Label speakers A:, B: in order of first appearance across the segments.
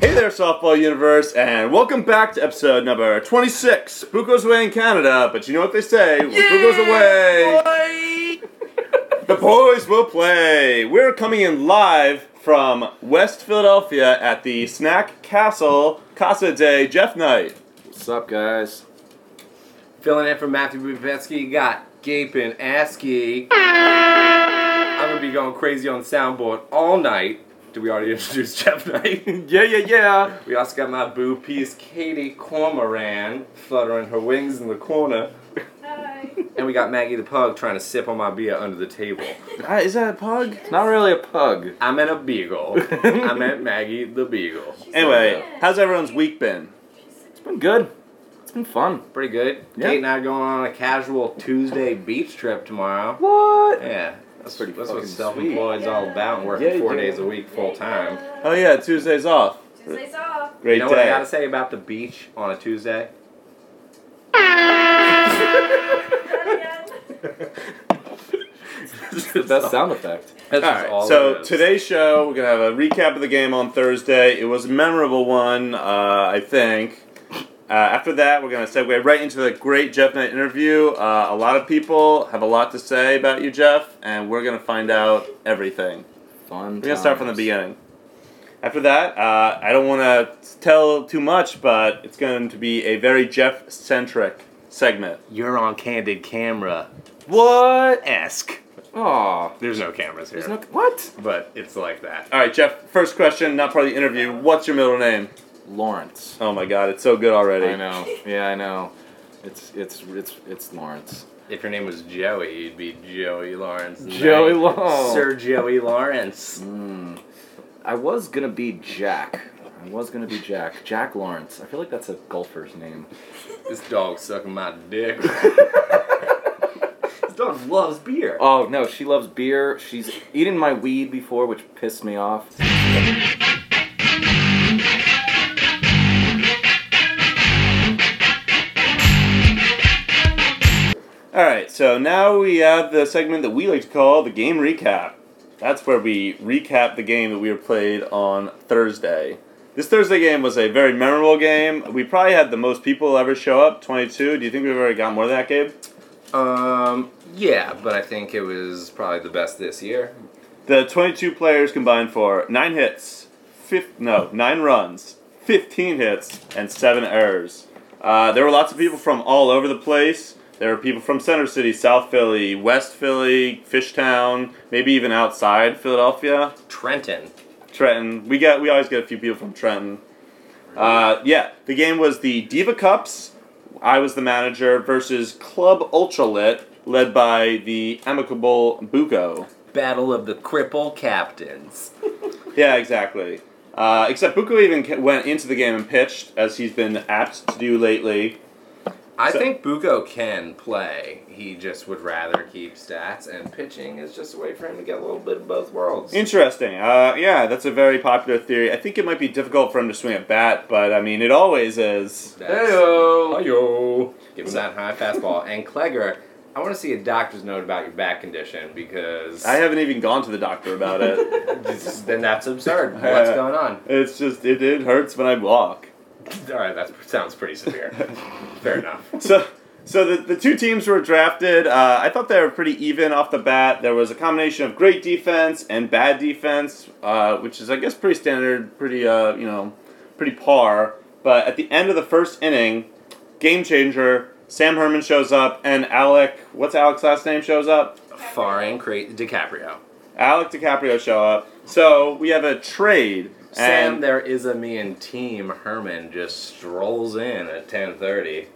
A: there, softball universe, and welcome back to episode number 26. Spook goes away in Canada, but you know what they say when Spook goes away, the boys will play. We're coming in live from West Philadelphia at the Snack Castle Casa de Jeff Night.
B: What's up, guys?
C: Filling in for Matthew Bubetsky, you got Gaping Asky. I'm gonna be going crazy on soundboard all night. Did we already introduce Jeff Knight?
B: Yeah, yeah, yeah.
C: we also got my boo piece, Katie Cormoran, fluttering her wings in the corner. And we got Maggie the Pug trying to sip on my beer under the table.
A: is that a pug?
B: It's not really a pug.
C: I meant a beagle. I meant Maggie the Beagle.
A: Anyway, how's everyone's week been?
B: It's been good. It's been fun.
C: Pretty good.
B: Yeah.
C: Kate and I are going on a casual Tuesday beach trip tomorrow.
B: What?
C: Yeah, that's
B: pretty
C: pretty. That's
B: fucking
C: what self-employed's all about. Working
B: Yeah, you
C: four
B: do.
C: days a week, full time.
A: Oh, yeah, Tuesday's off.
D: Tuesday's off.
A: Great
C: You know what I
A: day.
C: gotta say about the beach on a Tuesday?
B: It's the best sound effect.
C: That's
A: All
C: just
A: right.
C: all it
A: so
C: is.
A: today's show, we're gonna have a recap of the game on Thursday. It was a memorable one, uh, I think. Uh, after that, we're gonna segue right into the great Jeff Knight interview. Uh, a lot of people have a lot to say about you, Jeff, and we're gonna find out everything.
B: Fun.
A: We're gonna start from the beginning. After that, uh, I don't want to tell too much, but it's going to be a very Jeff-centric segment.
C: you're on candid camera
B: What?
C: esque.
B: Aw.
C: There's no cameras here,
B: There's no. What?
C: but it's like that.
A: All right, Jeff. First question, not part of the interview. What's your middle name?
B: Lawrence.
A: Oh my God, it's so good already.
B: I know. Yeah, I know. It's it's it's it's Lawrence.
C: If your name was Joey, you'd be Joey Lawrence. Knight.
B: Joey Lawrence.
C: Sir Joey Lawrence.
B: Mm. I was gonna be Jack. I was gonna be Jack. Jack Lawrence. I feel like that's a golfer's name.
C: This dog sucking my dick. this dog loves beer.
B: Oh no, she loves beer. She's eaten my weed before, which pissed me off.
A: All right, so now we have the segment that we like to call the game recap. That's where we recap the game that we were played on Thursday. This Thursday game was a very memorable game. We probably had the most people ever show up, 22. Do you think we've already got more than that, Gabe?
C: Um, yeah, but I think it was probably the best this year.
A: The 22 players combined for 9 hits, fif- no, 9 runs, 15 hits, and 7 errors. Uh, there were lots of people from all over the place. There were people from Center City, South Philly, West Philly, Fishtown, maybe even outside Philadelphia.
C: Trenton.
A: Trenton. We get we always get a few people from Trenton. Uh, yeah, the game was the Diva Cups. I was the manager versus Club Ultralit, led by the amicable Buko.
C: Battle of the Cripple Captains.
A: Yeah, exactly. Uh, except Buko even ca- went into the game and pitched, as he's been apt to do lately.
C: I
A: So-
C: think Buko can play. He just would rather keep stats, and pitching is just a way for him to get a little bit of both worlds.
A: Interesting. Uh, yeah, that's a very popular theory. I think it might be difficult for him to swing a bat, but I mean, it always is.
C: Hey yo! Give him that high fastball. And Klegger, I want to see a doctor's note about your back condition because
A: I haven't even gone to the doctor about it.
C: this- then that's absurd. What's going on?
A: it's just, it, it hurts when I walk.
C: All right, that sounds pretty severe. Fair enough.
A: so so the, the two teams were drafted. Uh, I thought they were pretty even off the bat. There was a combination of great defense and bad defense, uh, which is I guess pretty standard, pretty uh, you know, pretty par. But at the end of the first inning, game changer. Sam Herman shows up, and Alec, what's Alec's last name? Shows up.
C: Faring Cre- DiCaprio.
A: Alec DiCaprio show up. So we have a trade.
C: Sam,
A: and-
C: there is a me and team. Herman just strolls in at ten thirty.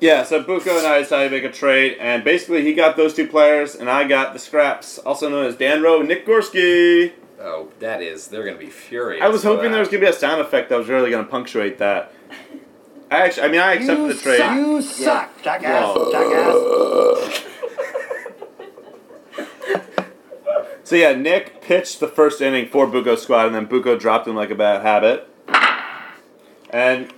A: Yeah, so Buko and I decided to make a trade, and basically he got those two players, and I got the scraps, also known as Dan Rowe and Nick Gorski.
C: Oh, that is. They're gonna be furious.
A: I was hoping there was
C: Gonna-
A: going to be a sound effect that was really going to punctuate that. I actually, I mean, I accepted the trade.
E: You suck, jackass,
A: No.
E: jackass.
A: So yeah, Nick pitched the first inning for Buko squad, and then Buko dropped him like a bad habit. And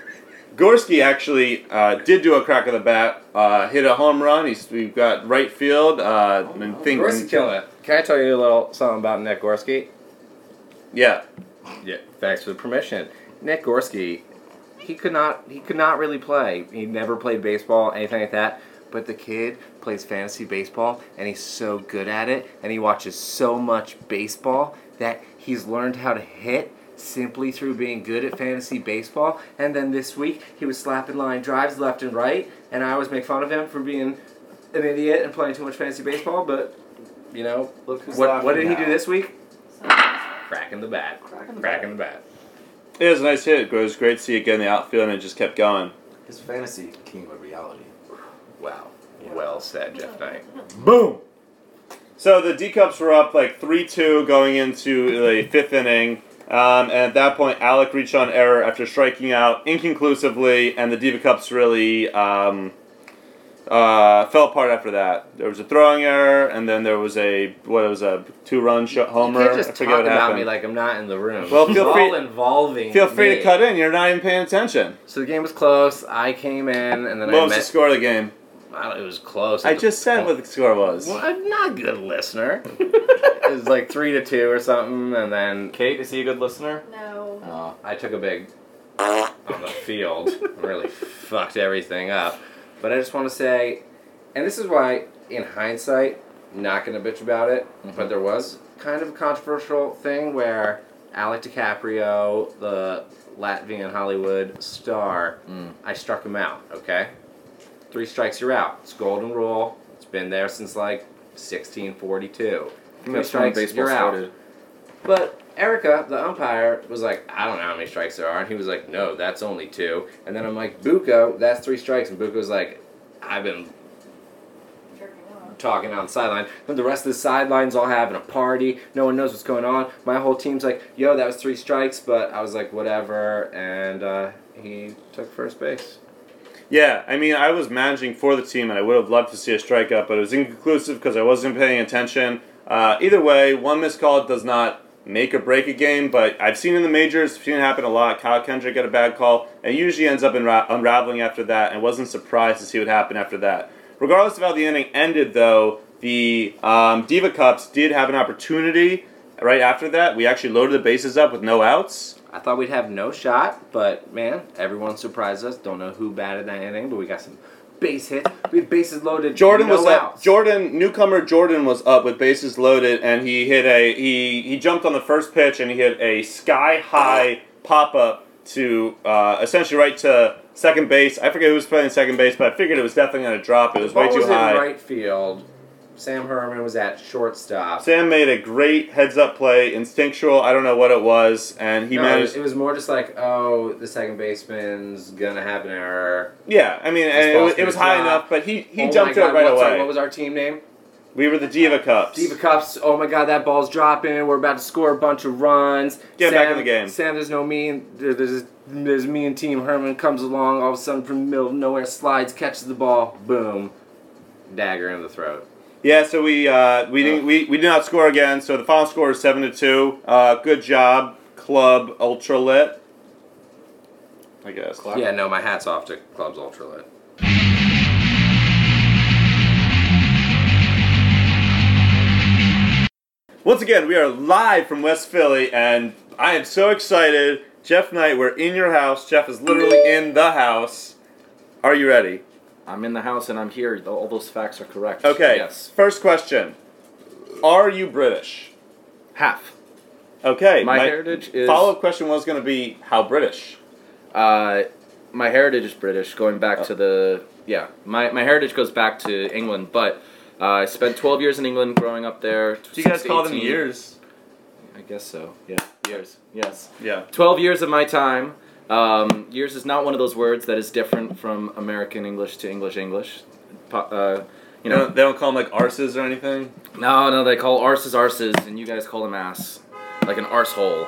A: Gorski actually uh, did do a crack of the bat, uh, hit a home run. He's we've got right field. Uh, and think,
C: Gorski killing it. Can I tell you a little something about Nick Gorski?
A: yeah.
C: Yeah, thanks for the permission. Nick Gorski, he could not he could not really play. He never played baseball, anything like that. But the kid plays fantasy baseball and he's so good at it and he watches so much baseball that he's learned how to hit simply through being good at fantasy baseball. And then this week he was slapping line drives left and right and I always make fun of him for being an idiot and playing too much fantasy baseball, but you know,
B: Look who's
C: what what did
B: laughing
C: he do
B: now.
C: this week? Cracking the bat.
E: Cracking the
C: Cracking the bat.
A: It was a nice hit. It was great to see again the outfield, and it just kept going.
B: His fantasy became a reality.
C: Wow. Well said, Jeff Knight.
A: Boom. So the D Cups were up like 3 2 going into the fifth inning. Um, and at that point, Alec reached on error after striking out inconclusively, and the Diva Cups really um, uh, fell apart after that. There was a throwing error, and then there was a what it was a two run sh- homer.
C: You can't just
A: I forget
C: talk
A: what
C: about
A: happened.
C: me like I'm not in the room.
A: Well,
C: It's
A: feel
C: all
A: free-
C: involving.
A: Feel free to
C: me.
A: cut in. You're not even paying attention.
C: So the game was close. I came in and then
A: What was
C: I
A: the
C: met.
A: score of the game?
C: I don't- it was close.
A: I just said what the score was.
C: Well, I'm not a good listener. it was like three to two or something, and then
B: Kate, is he a good listener?
D: No.
B: No.
C: I took a big on the field and really fucked everything up. But I just want to say, and this is why, in hindsight, not going to bitch about it, but there was kind of a controversial thing where Alec DiCaprio, the Latvian Hollywood star,
B: Mm.
C: I struck him out, okay? Three strikes, you're out. It's golden rule. It's been there since like 1642. Three strikes, you're out. But Erica, the umpire, was like, I don't know how many strikes there are. And he was like, no, that's only two. And then I'm like, Buko, that's three strikes. And Buko's like, I've been
D: Jerking off.
C: talking on the sideline. Then the rest of the sideline's all having a party. No one knows what's going on. My whole team's like, yo, that was three strikes. But I was like, whatever. And uh, he took first base.
A: Yeah, I mean, I was managing for the team, and I would have loved to see a strikeout, but it was inconclusive because I wasn't paying attention. Uh, either way, one missed call does not make or break a game, but I've seen in the majors, seen it happen a lot. Kyle Kendrick got a bad call, and it usually ends up unra- unraveling after that, and wasn't surprised to see what happened after that. Regardless of how the inning ended, though, the um, Diva Cups did have an opportunity right after that. We actually loaded the bases up with no outs.
C: I thought we'd have no shot, but man, everyone surprised us. Don't know who batted that inning, but we got some base hits. We had bases loaded.
A: Jordan
C: no
A: was up.
C: outs.
A: Jordan newcomer Jordan was up with bases loaded, and he hit a he he jumped on the first pitch and he hit a sky high pop up to uh, essentially right to second base. I forget who was playing second base, but I figured it was definitely going to drop. It was way
C: Ball
A: too
C: was
A: high.
C: in right field. Sam Herman was at shortstop.
A: Sam made a great heads up play, instinctual. I don't know what it was, and he
C: No,
A: managed.
C: It was more just like, oh, the second baseman's gonna have an error.
A: yeah, I mean, and it
C: ball's
A: was, it
C: gonna
A: was high
C: drop.
A: enough, but he he
C: Oh my
A: jumped
C: God,
A: it right
C: what's our-
A: away.
C: what was our team name?
A: we were the Diva Cups.
C: Diva Cups. Oh my God, that ball's dropping. We're about to score a bunch of runs.
A: Get
C: Sam,
A: back in the game.
C: Sam, there's no mean. there- There's there's me and Team Herman comes along. All of a sudden, from the middle of nowhere, slides, catches the ball. Boom, dagger in the throat.
A: Yeah, so we uh, we didn't we, we did not score again. So the final score is seven to two. Uh, good job, Club Ultra Lit. I guess.
C: Yeah, no, my hat's off to Clubs Ultralit.
A: Once again, we are live from West Philly, and I am so excited. Jeff Knight, we're in your house. Jeff is literally in the house. Are you ready?
B: I'm in the house and I'm here. All those facts are correct.
A: Okay.
B: Yes.
A: First question: Are you British?
B: Half.
A: Okay.
B: My heritage is-
A: Follow-up question was going to be how British.
B: Uh, my heritage is British, going back
A: Oh.
B: to the yeah. My my heritage goes back to England, but uh, I spent 12 years in England growing up there.
A: Do you guys
B: 6,
A: call them
B: 18.
A: years?
B: I guess so. Yeah, years. Yes.
A: Yeah.
B: 12 years of my time. Um, years is not one of those words that is different from American English to English English. Po- Uh, you
A: You know
B: know,
A: they don't call them like arses or anything.
B: no, no, they call arses arses, and you guys call them ass, like an arsehole.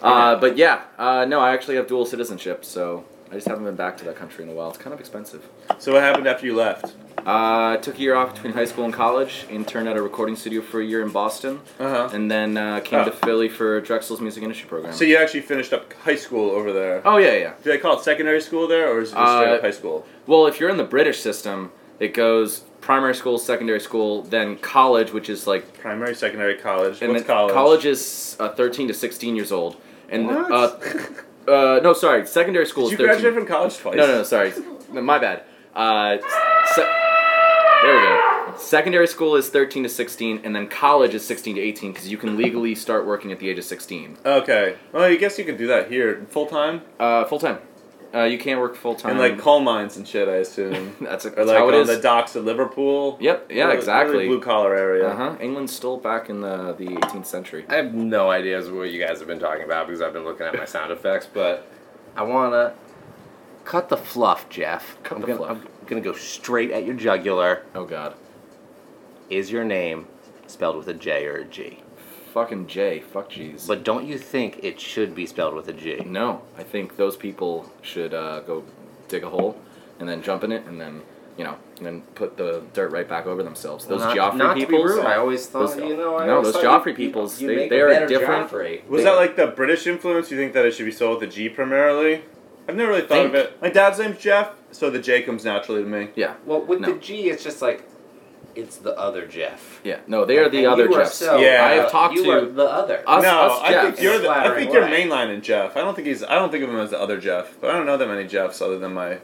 B: Uh, but yeah, uh, no, I actually have dual citizenship, so I just haven't been back to that country in a while. It's kind of expensive.
A: So what happened after you left?
B: Uh, I took a year off between high school and college, interned at a recording studio for a year in Boston,
A: Uh
B: and then uh, came to
A: Oh.
B: Philly for Drexel's music industry program.
A: So you actually finished up high school over there.
B: oh yeah, yeah.
A: Do they call it secondary school there, or is it just straight
B: Uh,
A: up high school?
B: Well, if you're in the British system, it goes primary school, secondary school, then college, which is like
A: Primary, secondary, college.
B: and
A: What's
B: then
A: college?
B: is uh, 13 to 16 years old. And
A: What?
B: Uh, uh, no, sorry, secondary school
A: Did
B: is
A: you
B: 13.
A: graduate from college twice?
B: No, no, no, sorry. No, My bad. Uh, se- there we go. Secondary school is 13 to 16, and then college is 16 to 18 because you can legally start working at the age of 16.
A: Okay. Well, I guess you can do that here full time
B: Uh, full time. Uh, you can't work full time.
A: and like coal mines and shit. I assume.
B: that's, a,
A: or
B: that's
A: like
B: how it
A: on
B: is.
A: the docks of Liverpool.
B: Yep. Yeah.
A: Really-
B: exactly.
A: really blue collar area.
B: Uh huh. England's still back in the the 18th century.
C: I have no idea as to what you guys have been talking about because I've been looking at my sound effects, but I wanna cut the fluff, Jeff.
B: Cut
C: I'm
B: the
C: gonna,
B: fluff.
C: I'm gonna go straight at your jugular.
B: Oh God.
C: Is your name spelled with a J or a G?
B: Fucking J. Fuck jeez.
C: But don't you think it should be spelled with a G?
B: no, I think those people should uh, go dig a hole and then jump in it and then you know and then put the dirt right back over themselves. Those
C: Well,
B: Joffrey
C: not to be
B: peoples.
C: rude, I always thought,
B: those-
C: you know, I
B: no,
C: always
B: those
C: thought
B: Joffrey peoples,
C: you
B: they-
C: make
B: they
C: a
B: are
C: better
B: different.
C: Joffrey.
A: Was that like the British influence? You think that it should be sold with the G primarily? I've never really thought of
B: Think.
A: it. My dad's name's Jeff, so the J comes naturally to me.
B: Yeah,
C: Well, with
B: No.
C: the G, it's just like it's the other Jeff.
B: yeah. No, they are the
C: And
B: other
C: you are
B: Jeffs.
C: so-
A: Yeah.
B: I have talked
C: you
B: to
C: are the other.
B: us,
A: no,
B: us
A: I think
B: Jeffs.
A: you're the, I
C: Flattering
A: think you're
C: way.
A: mainlining Jeff. I don't think he's I don't think of him as the other Jeff, but I don't know that many Jeffs other than my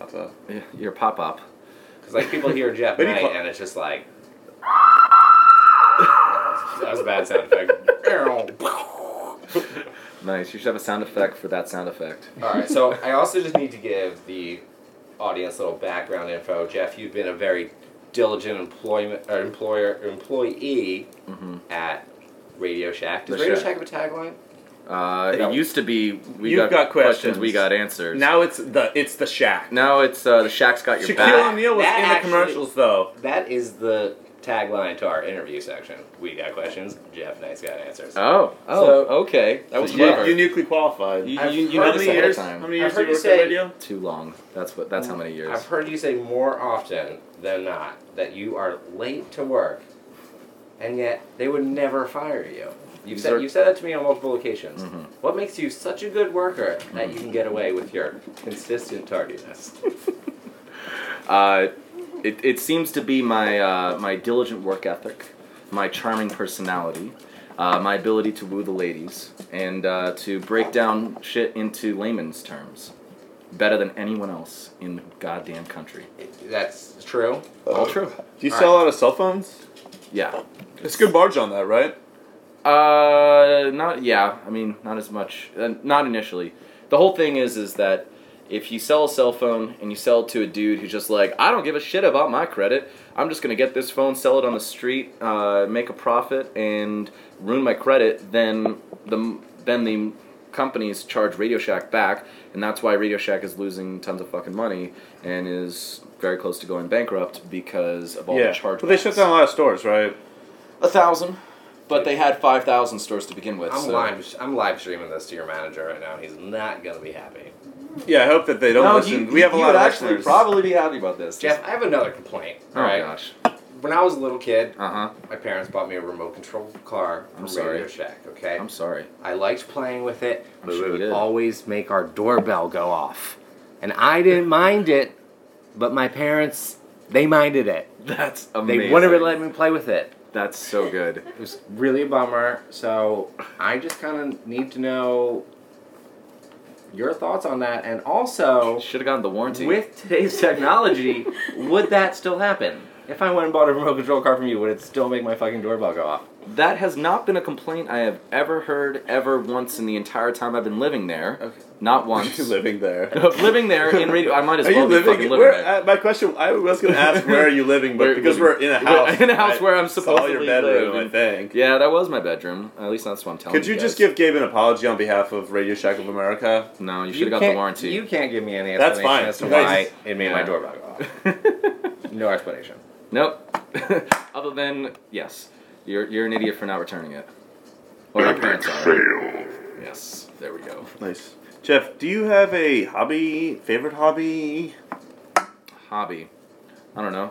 A: papa.
B: Yeah, You're pop up.
C: Because like people hear Jeff
A: But he
C: Knight
A: cla-
C: and it's just like that was a bad sound effect.
B: Nice. You should have a sound effect for that sound effect.
C: All right, so I also just need to give the audience a little background info. Jeff, you've been a very diligent employment or employer employee
B: hmm
C: at Radio Shack. Does
B: The
C: Radio
B: Shack.
C: Shack have a tagline?
B: Uh,
A: No.
B: it used to be we
A: You've
B: got,
A: got questions.
B: we got answers.
A: Now it's the it's the Shack.
B: now it's uh, the Shaq's got your
A: Shaquille
B: back.
A: O'Neal was
C: That
A: in the
C: actually-
A: commercials though.
C: That is the tagline to our interview section. We got questions. Jeff Knight's got answers.
B: Oh, oh,
C: So-
B: okay. That was
A: So you,
B: clever.
A: uniquely qualified.
B: You-
A: I've
B: you- you
A: heard
B: know
A: how
B: this
A: many
B: ahead of
A: years?
B: time.
A: How many
C: I've
A: years
C: heard
A: do you
C: you
A: work at
C: say-
A: radio?
B: Too long. That's what. That's how many years.
C: I've heard you say more often than not that you are late to work, and yet they would never fire you. You've
B: These
C: said,
B: are-
C: you've said that to me on multiple occasions.
B: Mhm.
C: What makes you such a good worker
B: Mm-hmm.
C: that you can get away with your consistent tardiness?
B: Uh, it, it seems to be my uh, my diligent work ethic, my charming personality, uh, my ability to woo the ladies, and uh, to break down shit into layman's terms, better than anyone else in the goddamn country.
C: It- That's true.
B: All true.
A: Do you
C: All
A: sell a
C: right.
A: lot of cell phones?
B: Yeah.
A: It's good margin on that, right?
B: Uh, not yeah. I mean, not as much. Uh, not initially. The whole thing is is that if you sell a cell phone and you sell it to a dude who's just like, I don't give a shit about my credit. I'm just gonna get this phone, sell it on the street, uh, make a profit, and ruin my credit. Then the then the companies charge Radio Shack back, and that's why Radio Shack is losing tons of fucking money and is very close to going bankrupt because of all the
A: yeah.
B: charge.
A: But they shut down a lot of stores, right?
B: A thousand. But they had five thousand stores to begin with.
C: I'm
B: so.
C: live. I'm live streaming this to your manager right now. He's not gonna be happy.
A: Yeah, I hope that they don't listen. we have a
B: he
A: lot
B: would
A: of
B: actually
A: listeners.
B: probably be happy about this.
C: Jeff, I have another complaint.
B: Oh
C: All right.
B: gosh.
C: When I was a little kid,
B: Uh huh.
C: my parents bought me a remote control car
B: I'm
C: from
B: sorry.
C: Radio Shack. Okay.
B: I'm sorry.
C: I liked playing with it,
B: I'm
C: but
B: sure
C: it
B: you
C: would
B: did.
C: always make our doorbell go off. And I didn't mind it, but my parents, they minded it.
B: That's
C: They
B: amazing.
C: wouldn't let me play with it.
B: That's so good.
C: It was really a bummer. So I just kind of need to know your thoughts on that. And also,
B: Should have gotten the warranty.
C: with today's technology, would that still happen? If I went and bought a remote control car from you, would it still make my fucking doorbell go off?
B: that has not been a complaint I have ever heard ever once in the entire time I've been living there.
A: Okay.
B: Not
A: Are
B: once.
A: you living there?
B: Of living there in radio, I might as
A: Are you
B: well be
A: living?
B: fucking living
A: where,
B: there.
A: uh, my question. I was going to ask where are you living, but
B: Where-
A: because we're in a
B: We're
A: house,
B: in a house
A: I
B: where I'm
A: saw
B: supposedly
A: your bedroom,
B: living.
A: I think.
B: Yeah, that was my bedroom. At least that's what I'm telling
A: Could
B: you
A: you just
B: guys.
A: give Gabe an apology on behalf of Radio Shack of America?
B: No, you should have got the
C: can't-
B: warranty.
C: You can't give me any
A: That's
C: explanation
A: fine.
C: as to
A: Nice.
C: why it made my
B: Yeah.
C: doorbell go off. No explanation.
B: Nope. Other than yes, you're you're an idiot for not returning it. Or your parents are. Yes. There we go.
A: Nice, Jeff. Do you have a hobby? Favorite hobby?
B: Hobby. I don't know.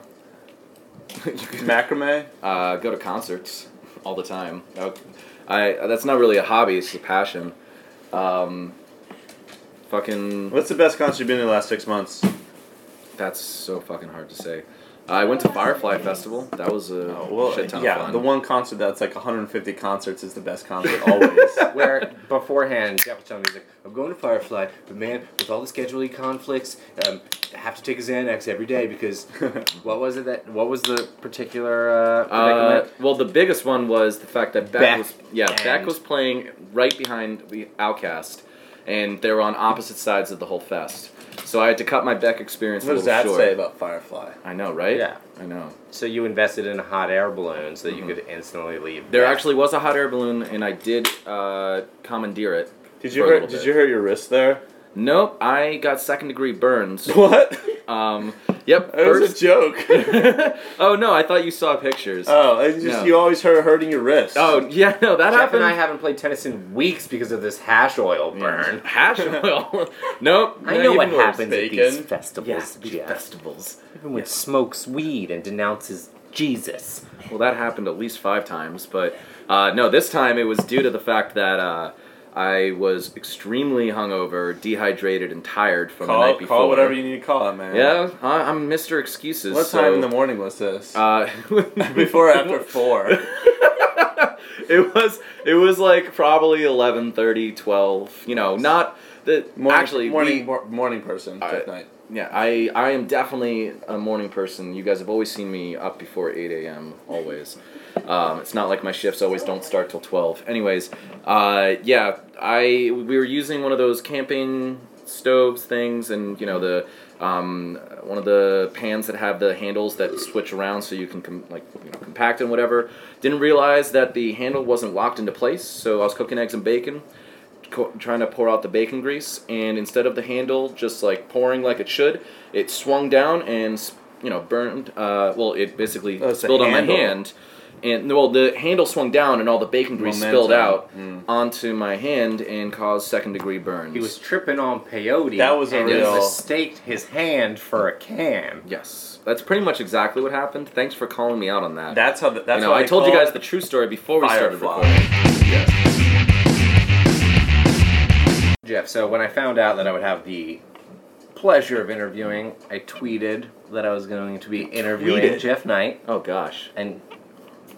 B: you can
A: Macrame.
B: uh, go to concerts all the time. I, I- that's not really a hobby. It's a passion. Um, fucking.
A: What's the best concert you've been to in the last six months?
B: That's so fucking hard to say. I went to Firefly Festival. That was a
A: Oh, well,
B: shit ton
A: yeah,
B: of fun.
A: the one concert that's like 150 concerts is the best concert always.
C: Where beforehand, Jeff was telling me, he's like, I'm going to Firefly, but man, with all the scheduling conflicts, um, I have to take a Xanax every day because what was it that, what was the particular uh,
B: Uh,
C: predicament?
B: well, the biggest one was the fact that Beck,
A: Beck
B: was yeah Beck
C: and-
B: was playing right behind the Outcast, and they were on opposite sides of the whole fest. So I had to cut my Beck experience.
A: what
B: a
A: does
B: little
A: that
B: short.
A: say about Firefly?
B: I know, right?
C: Yeah.
B: I know.
C: so you invested in a hot air balloon so that you could instantly leave.
B: There
C: Yeah.
B: Mm-hmm. actually was a hot air balloon, and I did uh, commandeer it.
A: Did you
B: for a
A: hurt,
B: little
A: did
B: bit.
A: you hurt your wrist there?
B: Nope, I got second degree burns.
A: What?
B: um, yep.
A: It was a
B: First.
A: joke.
B: oh no, I thought you saw pictures.
A: oh, it's just
B: No.
A: you always hurt hurting your wrist.
B: oh yeah, no, that
C: Jeff
B: happened.
C: and I haven't played tennis in weeks because of this hash oil burn.
B: Hash oil. nope.
C: I
B: no,
C: know what
B: even worse.
C: happens at these
A: bacon.
C: festivals, Jeff.
B: festivals.
C: Everyone smokes weed and denounces Jesus.
B: Well, that happened at least five times, but uh, no, this time it was due to the fact that uh, I was extremely hungover, dehydrated, and tired from
A: call,
B: the night before.
A: call whatever you need to call it, man.
B: Yeah, I, I'm Mr. Excuses.
A: What
B: so,
A: time in the morning was this?
B: Uh,
A: Before or after four?
B: it was it was like probably 11:30, 12. You know, not the
A: Morning,
B: actually
A: morning,
B: we-
A: mor- morning person.
B: I-
A: fifth night.
B: Yeah, I, I am definitely a morning person. You guys have always seen me up before 8 a.m. always. Um, it's not like my shifts always don't start till 12. Anyways, uh, yeah, I we were using one of those camping stoves things and, you know, the um, one of the pans that have the handles that switch around so you can com- like you know, compact and whatever. Didn't realize that the handle wasn't locked into place, so I was cooking eggs and bacon co- trying to pour out the bacon grease, and instead of the handle just like pouring like it should, it swung down and s- you know burned. Uh, well, it basically
A: Oh, it's the
B: spilled on my
A: handle.
B: hand, and well, the handle swung down and all the bacon grease
A: Momentum. Mm.
B: spilled out onto my hand and caused second degree burns.
C: He was tripping on peyote.
A: That was a
C: and
A: real-
C: he mistaked his hand for a can.
B: yes, that's pretty much exactly what happened. Thanks for calling me out on that.
A: That's how. The, that's
B: you know,
A: why
B: I
A: they
B: told you
A: call
B: guys
A: it
B: the true story before we started recording.
A: Firefly.
C: Jeff, so when I found out that I would have the pleasure of interviewing, I tweeted that I was going to be interviewing
A: tweeted?
C: Jeff Knight.
B: Oh gosh.
C: And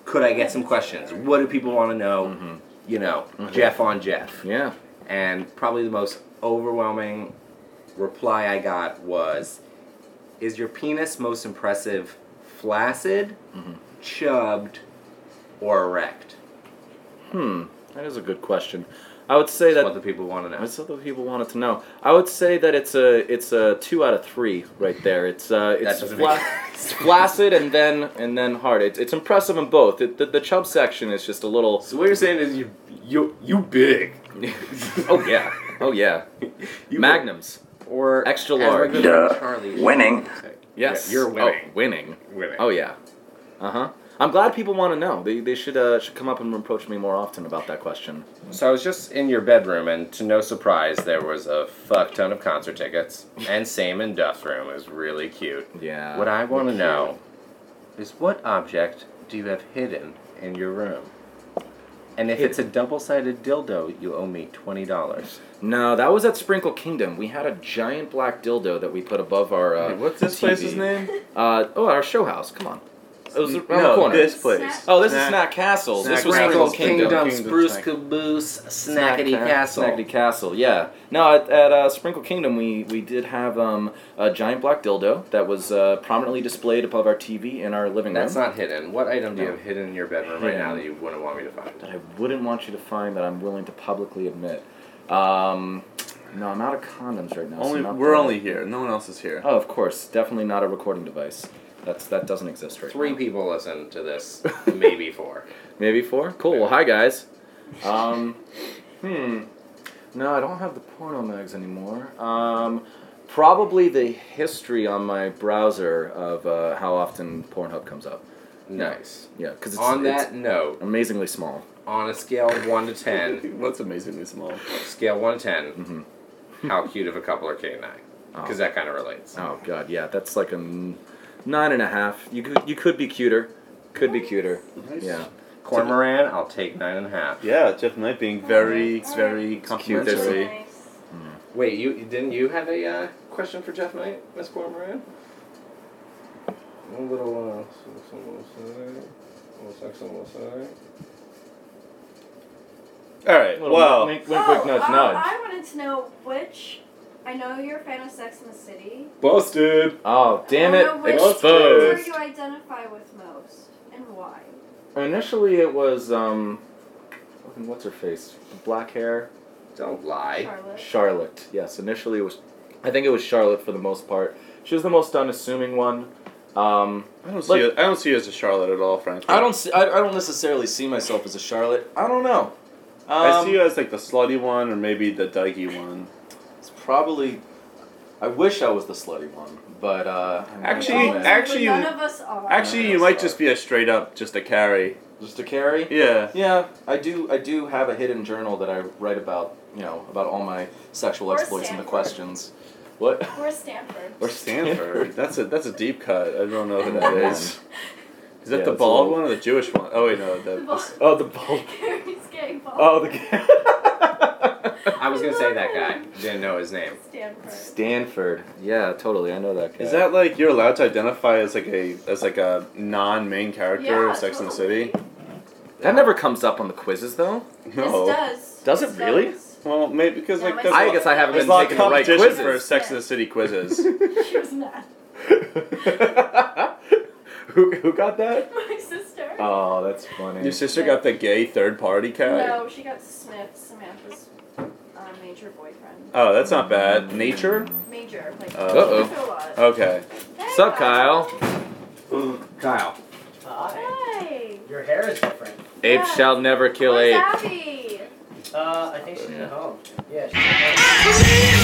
C: could I get some questions? What do people want to know?
B: Mm-hmm.
C: You know, Jeff on Jeff.
B: Yeah.
C: and probably the most overwhelming reply I got was, "Is your penis most impressive, flaccid,
B: Mm-hmm.
C: chubbed, or erect?"
B: Hmm. That is a good question. I would say that
C: what the people want to know.
B: That's what the people wanted to know. I would say that it's a it's a two out of three right there. It's uh it's
C: doesn't
B: fla-
C: make
B: it's flaccid and then and then hard. It's it's impressive in both. It, the the chub section is just a little.
C: So what you're saying is you you you big,
B: Oh yeah, oh yeah.
C: You-
B: Magnums.
C: or
B: Extra
C: as
B: large.
C: regular Charlie.
E: Winning.
B: Yes.
C: Yeah, you're winning.
B: Oh, winning.
C: Winning.
B: Oh yeah. Uh huh. I'm glad people want to know. They, they should uh, should come up and approach me more often about that question.
C: So I was just in your bedroom, and to no surprise, there was a fuck ton of concert tickets. And same in Duff's room. It was really cute.
B: Yeah.
C: What I want to
B: Cute.
C: know is what object do you have hidden in your room? And if it's a double sided dildo, you owe me $20.
B: No, that was at Sprinkle Kingdom. We had a giant black dildo that we put above our. Uh,
A: Wait, what's this
B: TV.
A: place's name?
B: Uh, oh, our show house. Come on. It was around
A: no,
B: the corner.
A: this place.
B: oh, this is
A: Snack-
B: Snack Castle.
A: Snack
B: this was
A: Castle.
B: Sprinkle
A: Sprinkles
B: Kingdom.
A: Kingdom, Spruce
C: Caboose,
B: Ca- Snackety Castle. Yeah. No, at, at uh, Sprinkle Kingdom, we we did have um, a giant black dildo that was uh, prominently displayed above our TV in our living
C: That's
B: room.
C: not hidden. What item do you have hidden in your bedroom right
B: Hidden.
C: now that you wouldn't want me to find?
B: that I wouldn't want you to find that I'm willing to publicly admit. Um, no, I'm out of condoms right now. so
A: Only
B: not
A: we're
B: that.
A: only here. No one else is here.
B: Oh, of course, definitely not a recording device. That's that doesn't exist right
C: Three
B: now.
C: people listen to this, maybe four.
B: Maybe four. Cool. Well, hi guys. Um, hmm. No, I don't have the porno mags anymore. Um, probably the history on my browser of uh, how often Pornhub comes up.
C: Nice.
B: Yeah, because it's,
C: On
B: it's
C: that note,
B: amazingly small.
C: on a scale of 1 to 10,
A: What's amazingly small?
C: scale 1 to 10,
B: Mm-hmm.
C: how cute of a couple are K and I? Because that kind of relates.
B: Oh god, yeah, that's like a n- nine and a half. You could you could be cuter. Could be cuter.
A: Nice.
B: Yeah.
C: Cormoran, I'll take nine and a half.
A: Yeah, Jeff Knight being very, very
B: cute, there's
A: complimentary.
C: Wait, you didn't you have a uh, question for Jeff Knight, Miss Cormoran?
F: One little while. So someone say. Almost like someone say.
A: All right.
F: Little
A: Well,
F: wink, wink, wink, nudge,
D: uh,
F: nudge.
D: I wanted to know which. I know you're a fan of Sex in the City.
A: busted.
B: Oh, damn
D: I
B: it.
D: don't know which Who
B: Exposed.
D: do you identify with most, and why?
B: Initially, it was, um, fucking what's her face? Black hair?
C: Don't lie.
D: Charlotte.
B: Charlotte. Yes, initially it was, I think it was Charlotte for the most part. She was the most unassuming one. Um,
A: I don't see.
B: Look-
A: You, I don't see you as a Charlotte at all, frankly.
B: I don't see, I, I don't necessarily see myself as a Charlotte. I don't know. Um,
A: I see you as like the slutty one, or maybe the dykey one.
B: It's probably. I wish I was the slutty one, but uh, I'm not
A: Actually-
B: gonna-
D: Well,
A: actually-
D: none of us are.
A: Actually, you might just be a straight up, just a carry.
B: just to carry.
A: Yeah.
B: Yeah, I do. I do have a hidden journal that I write about. You know, about all my sexual
D: Or
B: exploits and the
D: Stanford.
B: questions. What?
D: We're Stanford.
A: Or Stanford. That's a that's a deep cut. I don't know who that
B: Yeah.
A: is. Is that
B: Yeah,
A: the
B: it's a
A: bald
B: little-
A: one or the Jewish one? Oh wait, no. The,
D: Bald-
B: Oh, the bald.
D: Carrie's gay ball.
B: Oh, the.
C: I was gonna say that guy. Didn't know his name.
D: Stanford.
B: Stanford. Yeah, totally. I know that guy.
A: is that like you're allowed to identify as like a as like a non main character
D: Yeah,
A: of Sex and the
D: totally.
A: City?
B: that never comes up on the quizzes though?
A: No.
D: This does.
B: Does it
D: This
B: really?
D: does.
A: Well, maybe because
D: No,
A: like
D: my
A: there's,
B: I
A: a lot-
B: guess I haven't
A: there's a
B: been
A: lot of
B: taking the right
A: competition
B: quizzes.
A: for Sex and the City quizzes.
D: She was mad.
B: who who got that?
D: My sister.
A: Uh,
B: Oh, that's funny.
A: Your sister got the gay third party cat.
D: No, she got Smith, Samantha's uh, major boyfriend.
A: Oh, that's not bad. Nature.
D: Major, like
A: Uh-oh.
D: Philip.
A: Okay.
D: Hey,
B: Sup, Kyle?
C: Kyle.
E: Hi.
D: Hey.
E: Your hair is different.
B: Ape
D: Yes.
B: shall never kill
D: Where's
B: ape.
D: Abby?
E: Uh, I think she's at home. Yeah. She's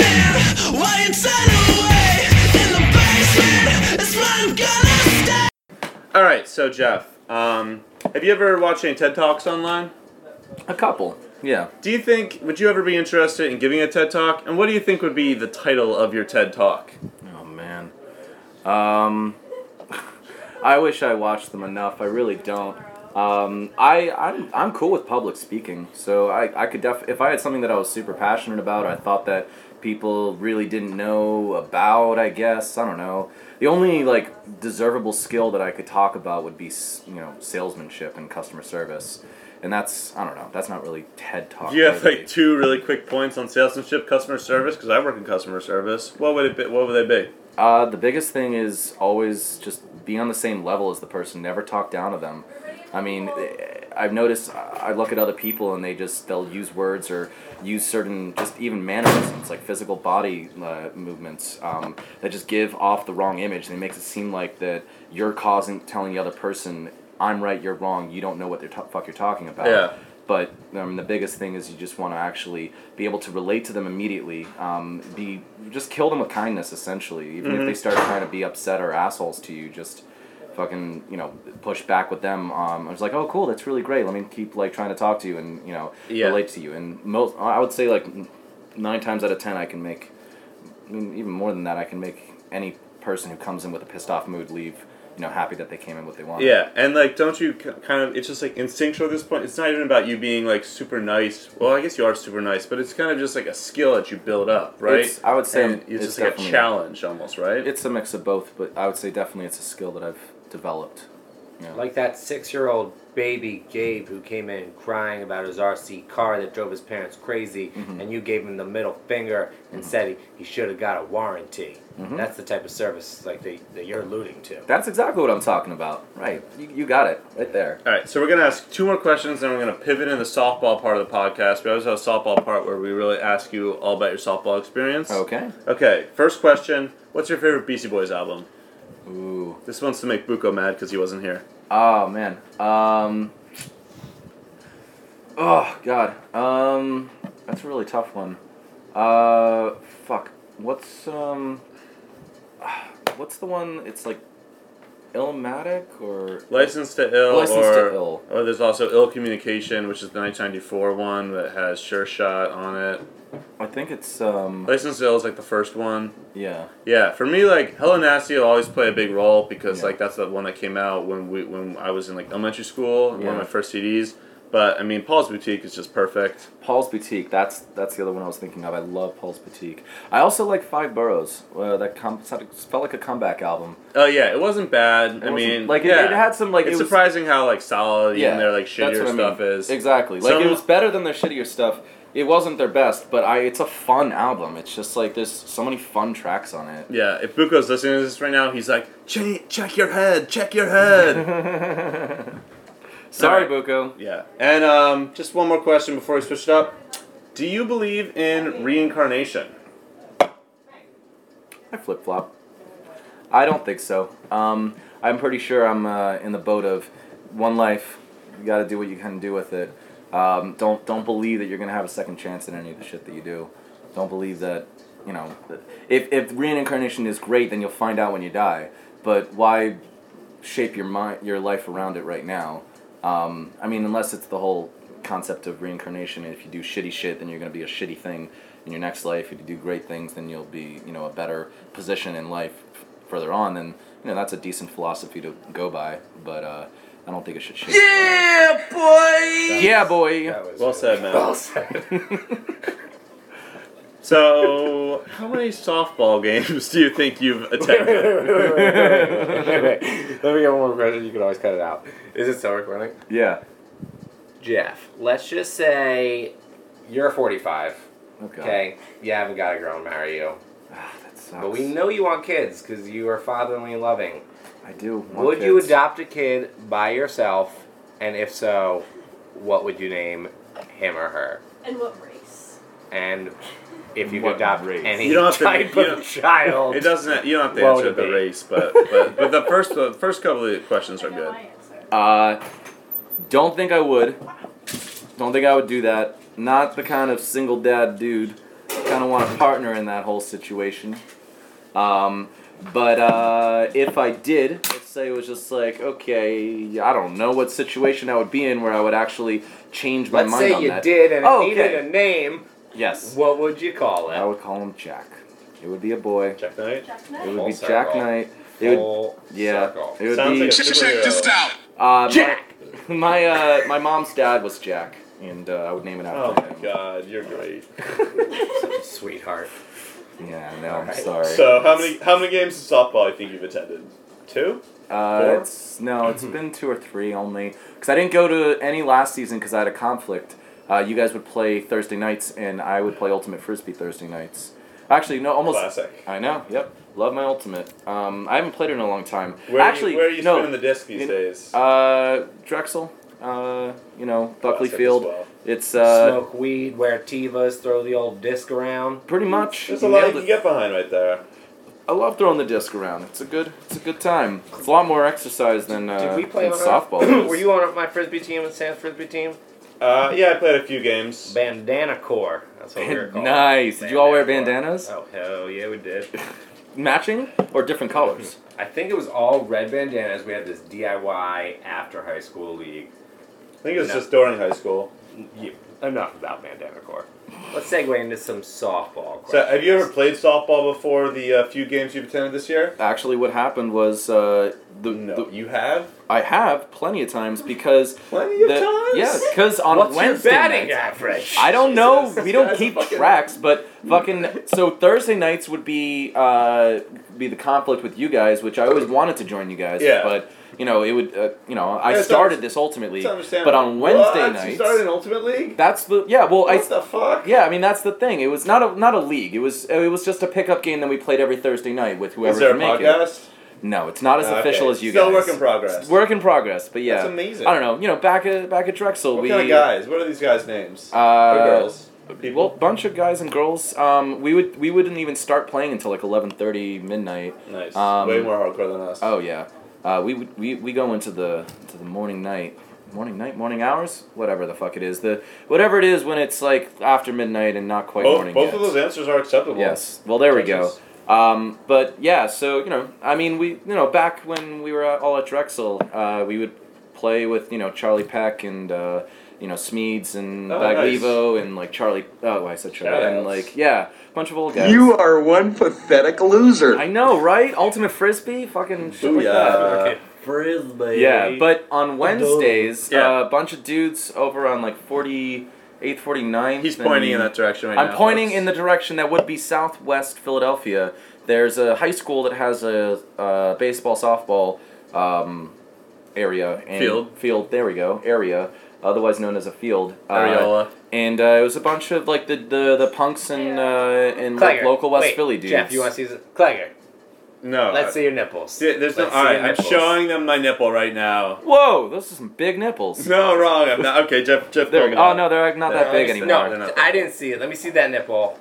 A: All right. So Jeff, um, have you ever watched any TED talks online?
B: A couple. Yeah.
A: Do you think would you ever be interested in giving a TED talk? And what do you think would be the title of your TED talk?
B: Oh man. Um, I wish I watched them enough. I really don't. Um, I I'm I'm cool with public speaking, so I I could def if I had something that I was super passionate about, or I thought that people really didn't know about. I guess I don't know. The only like deservable skill that I could talk about would be s- you know salesmanship and customer service, and that's I don't know. That's not really TED talk.
A: Do you have
B: worthy.
A: like two really quick points on salesmanship, customer service? Because I work in customer service. What would it be? What would they be?
B: Uh, the biggest thing is always just be on the same level as the person. Never talk down to them. I mean, eh, I've noticed. I I look at other people and they just they'll use words or use certain just even mannerisms like physical body uh, movements um, that just give off the wrong image. And it makes it seem like that you're causing telling the other person I'm right, you're wrong. You don't know what the t- fuck you're talking about.
A: Yeah.
B: But um, the biggest thing is you just want to actually be able to relate to them immediately. Um, be just kill them with kindness, essentially. Even if they start trying to be upset or assholes to you, just fucking you know push back with them. Um, I was like, oh cool, that's really great. Let me keep like trying to talk to you and you know
A: Yeah.
B: relate to you. And most, I would say like nine times out of ten, I can make. I mean, even more than that, I can make any person who comes in with a pissed off mood leave. You know, happy that they came in what they wanted.
A: Yeah, and like, don't you k- kind of? It's just like instinctual at this point. It's not even about you being like super nice. Well, I guess you are super nice, but it's kind of just like a skill that you build up, right?
B: It's- I would say
A: And
B: it's
A: it's just like a
B: definitely-
A: challenge, almost, right?
B: It's a mix of both, but I would say definitely it's a skill that I've developed. You know.
C: Like that six-year-old baby Gabe who came in crying about his RC car that drove his parents crazy,
A: Mm-hmm.
C: and you gave him the middle finger and said he, he should have got a warranty.
A: Mm-hmm.
C: That's the type of service like they, that you're alluding to.
B: that's exactly what I'm talking about. Right. You, you got it right there.
A: All right, so we're gonna ask two more questions, and we're gonna pivot into the softball part of the podcast. We always have a softball part where we really ask you all about your softball experience.
B: Okay.
A: Okay, first question. What's your favorite Beastie Boys album?
B: Ooh.
A: This one's to make Buko mad because he wasn't here.
B: Oh man. Um. Oh god. Um. That's a really tough one. Uh. Fuck. What's um. What's the one? It's like, Illmatic or
A: License to Ill,
B: License
A: or,
B: to Ill.
A: or there's also Ill Communication, which is the 1994 one that has Sure Shot on it.
B: I think it's um.
A: License to Ill is like the first one.
B: Yeah.
A: Yeah, for me, like Hello Nasty will always play a big role because
B: Yeah.
A: like that's the one that came out when we when I was in like elementary school. and One of
B: Yeah.
A: my first CDs. But I mean, Paul's Boutique is just perfect.
B: Paul's Boutique. That's that's the other one I was thinking of. I love Paul's Boutique. I also like Five Boroughs. Uh, that com- felt like a comeback album.
A: Oh yeah, it wasn't bad. I
B: wasn't-
A: mean,
B: like, it-
A: yeah.
B: it had some, like,
A: it's
B: it was-
A: surprising how like solid yeah,
B: Yeah,
A: and their like
B: that's what
A: shittier
B: I mean.
A: stuff is.
B: Exactly. Like
A: Some-
B: it was better than their shittier stuff. It wasn't their best, but I. It's a fun album. It's just like there's so many fun tracks on it.
A: Yeah, if Buko's listening to this right now, he's like, check, check your head, check your head.
B: Sorry,
A: Alright.
B: Buko.
A: yeah, and um, just one more question before we switch it up. Do you believe in reincarnation?
B: I flip flop. I don't think so. Um, I'm pretty sure I'm uh, in the boat of one life. You got to do what you can do with it. Um, don't don't believe that you're gonna have a second chance in any of the shit that you do. Don't believe that you know. that- If if reincarnation is great, then you'll find out when you die. But why shape your mind your life around it right now? Um, I mean, unless it's the whole concept of reincarnation. If you do shitty shit, then you're gonna be a shitty thing in your next life. If you do great things, then you'll be you know a better position in life f- further on. Then you know that's a decent philosophy to go by. But uh, I don't think it should shape.
C: Yeah, boy.
B: Yeah, boy.
A: Well said, man.
C: Well said.
A: So, how many softball games do you think you've attended?
C: Let me get one more question. You can always cut it out. Is it still recording?
B: Yeah.
C: Jeff, let's just say you're 45.
B: Okay.
C: Okay, you haven't got a girl to marry you,
B: Oh, Ah, that sucks.
C: but we know you want kids because you are fatherly and loving.
B: I do. want
C: Would you
B: kids.
C: adopt a kid by yourself, and if so, what would you name him or her?
D: And what race?
C: And if you
B: What
C: could adopt
B: race?
C: any
A: You don't have to-
C: type
A: you
C: of
A: don't-
C: child,
A: It doesn't. You don't have to
C: What would
A: answer
C: it
A: the
C: be?
A: race, but but, but the first the first couple of questions
D: I
A: are
D: know
A: good.
D: my answer.
B: Uh, don't think I would. Don't think I would do that. Not the kind of single dad dude. Kind of want a partner in that whole situation. Um, but uh, if I did, let's say it was just like, okay, I don't know what situation I would be in where I would actually change my
C: let's
B: mind
C: say
B: on
C: you
B: that.
C: did and it
B: Oh,
C: needed
B: okay.
C: a name,
B: Yes.
C: what would you call
B: I
C: it?
B: would call him Jack. It would be a boy.
A: Check night.
D: Jack
B: It
D: Knight.
B: would be
C: Full
B: Jack
C: circle.
B: Knight. It would.
C: Full
B: Yeah.
C: circle.
B: It would
A: Sounds
B: be.
A: like a superhero.
B: Uh,
C: Jack!
B: My my, uh, my mom's dad was Jack, and uh, I would name it
A: Oh
B: after
A: my
B: him.
A: god, you're great.
C: Sweetheart.
B: Yeah, no, I'm
C: Alright.
B: sorry.
A: So how many how many games of softball do you think you've attended? Two.
B: uh,
A: four?
B: it's no, it's been two or three only. Because I didn't go to any last season because I had a conflict. Uh, you guys would play Thursday nights, and I would play Ultimate Frisbee Thursday nights. Actually, no, almost.
A: Classic.
B: I know. Yep, love my Ultimate. Um, I haven't played it in a long time.
A: Where are
B: Actually,
A: you, where are you
B: no,
A: spinning the disc these
B: in-
A: days?
B: Uh, Drexel. Uh, you know, Buckley
A: Classic as
B: Field.
A: well.
B: It's uh,
C: Smoke weed, wear tivas, throw the old disc around.
B: pretty much.
A: There's
B: you
A: a lot
B: nailed
A: you
B: it.
A: can get behind right there.
B: I love throwing the disc around. It's a good, it's a good time. It's a lot more exercise than, uh,
C: Did we play
B: than
C: on our-
B: softball. is.
C: Were you on my frisbee team and Sam's frisbee team?
A: Uh, yeah, I played a few games.
C: Bandana core. That's what we were called.
B: nice. Did you all wear
C: Bandana
B: bandanas?
C: Corps. Oh hell yeah, we did.
B: Matching or different
A: Mm-hmm.
B: colors?
C: I think it was all red bandanas. We had this DIY after high school league.
A: I think it was
C: No.
A: just during high school.
C: Yeah, enough about bandana core. Let's segue into some softball.
A: So, have you ever
C: questions.
A: played softball before? The uh, few games you've attended this year?
B: Actually, what happened was uh, the,
A: No,
B: the
A: you have
B: I have plenty of times because
A: plenty of
B: the-
A: times.
B: yeah, because on
C: What's
B: Wednesday
C: your batting
B: nights-
C: average?
B: I don't know.
A: Jesus,
B: We don't
A: that's
B: keep
A: fucking-
B: tracks, but fucking so Thursday nights would be uh, be the conflict with you guys, which I always wanted to join you guys.
A: Yeah.
B: But you know, it would. Uh, you know, I
A: Yeah, it's
B: started
A: underst-
B: this ultimately,
A: It's understandable.
B: but on Wednesday
A: What? You
B: nights,
A: started in Ultimate League.
B: that's the yeah. Well, I
A: what the fuck?
B: yeah. I mean, that's the thing. It was not a not a league. It was it was just a pickup game that we played every Thursday night with whoever
A: Is there a
B: could make it.
A: podcast?
B: No, it's not as
A: Okay.
B: official as you
A: Still
B: guys.
A: work in progress.
B: Work in progress, but yeah,
A: That's amazing.
B: I don't know. You know, back at back at Drexel,
A: What
B: we
A: kind of guys? What are these guys' names?
B: Uh,
A: Or girls?
B: Well,
A: People.
B: bunch of guys and girls. Um, we would we wouldn't even start playing until like eleven thirty midnight.
A: nice.
B: um,
A: Way more hardcore than us.
B: Oh yeah, uh, we would we, we go into the to the morning night, morning night, morning hours, whatever the fuck it is. The whatever it is when it's like after midnight and not quite
A: both
B: morning.
A: both
B: yet.
A: of those answers are acceptable.
B: Yes. Well, there we go.
A: Judges.
B: Um, but yeah, so you know, I mean, we you know back when we were at- all at Drexel, uh, we would play with you know Charlie Peck and uh, you know Smeeds and
A: Oh,
B: Baglevo and like Charlie. Oh, I said Charlie.
A: Shout
B: And
A: outs.
B: like yeah, a bunch of old guys.
G: You are one pathetic loser.
B: I know, right? Ultimate frisbee, fucking shit like
A: Booyah.
B: that.
A: Uh,
C: Okay,
E: Frisbee.
B: Yeah, but on Wednesdays,
A: Yeah.
B: uh, a bunch of dudes over on like 48th, 49th.
A: He's pointing in
B: and-
A: that direction right
B: I'm
A: now.
B: pointing
A: folks.
B: in the direction that would be southwest Philadelphia. There's a high school that has a, uh baseball, softball um, area. And
A: Field.
B: Field, there we go. Area, otherwise known as a field. Uh,
A: areola.
B: and uh, it was a bunch of like the, the, the punks and, uh, and like,
C: Clagger.
B: local West
C: Wait,
B: Philly dudes. Uh,
C: Jeff, you want to see this? Clagger,
A: No.
C: let's see your nipples.
A: See, there's no,
C: Let's
A: all
C: see
A: right,
C: your
A: I'm
C: nipples.
A: showing them my nipple right now.
B: Whoa, those are some big nipples.
A: No, wrong. I'm not. Okay, Jeff. Jeff.
B: There we
A: pulled
B: go.
A: it
B: Oh no, they're like, not that
A: They're nice.
B: big anymore.
A: they're
C: No,
A: not.
C: I didn't see it. Let me see that nipple.
A: up.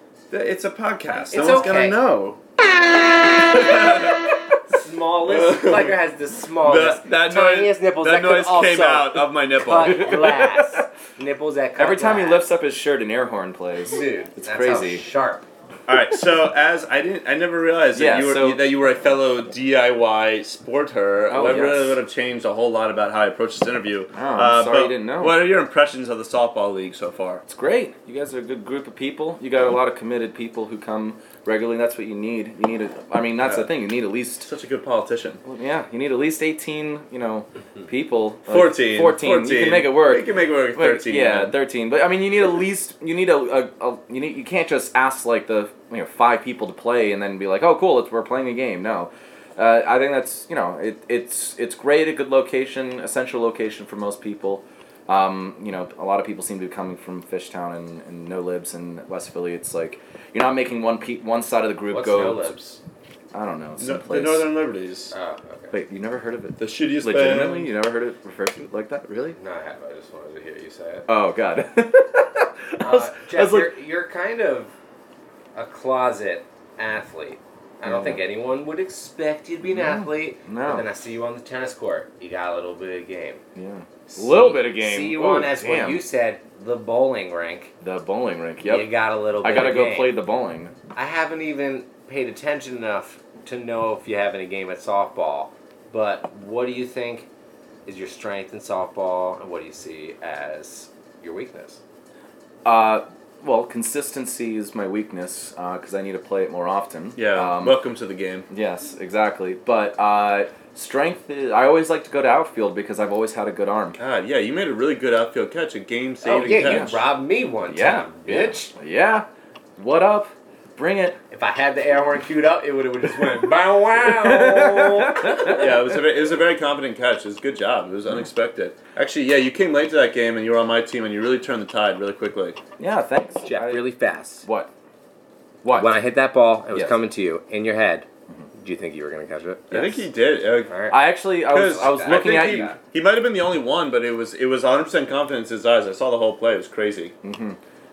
A: It's a podcast.
C: It's
A: no one's gonna
C: okay.
A: know.
C: Smallest. Clagger has the smallest,
A: The- that
C: tiniest nipples
A: that
C: that,
A: noise
C: could also
A: came out of my nipple.
C: cut glass. nipples that cut
B: Every time he
C: glass.
B: lifts up his shirt, an air horn plays.
C: dude, it's
B: crazy.
C: sharp.
A: All right, so as I didn't, I never realized that
B: Yeah,
A: you were
B: so-
A: that you were a fellow DIY sporter.
B: Oh,
A: that really
B: yes.
A: would have changed a whole lot about how I approached this interview. Uh,
B: Oh, I'm sorry you
A: but
B: didn't know.
A: What are your impressions of the softball league so far?
B: It's great. You guys are a good group of people. You got a lot of committed people who come regularly. That's what you need. You need a. I mean, that's the thing. You need at least.
A: Such a good politician.
B: Yeah, you need at least eighteen. You know, people. Like,
A: 14,
B: 14. You can make it
A: You
B: work.
A: can make it work.
B: Like,
A: Thirteen.
B: yeah,
A: man.
B: thirteen. But I mean, you need at least. You need a. a, a you need. You can't just ask like the you know five people to play and then be like, oh, cool, it's, we're playing a game. No. Uh, I think that's you know it, it's it's great a good location essential location for most people um, you know, a lot of people seem to be coming from Fishtown and, and No Libs and West Philly. It's like you're not making one pe- one side of the group
C: What's
B: go.
C: no lips?
B: I don't know.
A: No, the
B: Someplace.
A: Northern Liberties.
C: Oh, okay.
B: Wait, you never heard of it?
A: The shittiest band.
B: Legitimately, you never heard it referred to like that? Really?
C: No, I have. I just wanted to hear you say it.
B: Oh God. I
C: Uh,
B: was- I
C: Jeff,
B: was like-
C: you're, you're kind of a closet athlete. I don't
B: Yeah.
C: think anyone would expect you to be an
B: No,
C: athlete.
B: no.
C: But then I see you on the tennis court. You got a little bit of game.
B: yeah.
C: See-
B: Little bit of game.
C: See you
B: Oh,
C: on, as
B: damn.
C: what you said, the bowling rink.
B: The bowling rink.
C: You
B: Yep.
C: got a little bit
B: I gotta
C: of
B: go
C: game.
B: play the bowling.
C: I haven't even paid attention enough to know if you have any game at softball. But what do you think is your strength in softball, and what do you see as your weakness?
B: Uh, well, consistency is my weakness because I need to play it more often.
A: Yeah.
B: Um,
A: welcome to the game.
B: Yes, exactly. But uh, strength, is, I always like to go to outfield because I've always had a good arm.
A: God, yeah, you made a really good outfield catch, a game-saving
C: oh yeah,
A: catch.
C: you robbed me one
B: Yeah,
C: time,
B: yeah.
C: bitch.
B: Yeah. What up? Bring it.
C: If I had the air horn queued up, it would have just went bow wow.
A: yeah, it was, a very, it was a very confident catch. It was a good job. It was unexpected. Actually, yeah, you came late to that game and you were on my team and you really turned the tide really quickly.
B: Yeah, thanks. I-
C: Jeff, really fast.
B: What? What?
C: When I hit that ball, it was
B: Yes.
C: coming to you in your head. Do you think you were gonna catch it?
A: I think he did. Uh,
C: Mm-hmm. All right.
B: I actually, I was, I was looking
A: think
B: at
A: he,
B: you.
A: He might have been the only one, but it was it was 100% confidence in his eyes. I saw the whole play. It was crazy.
B: Hmm.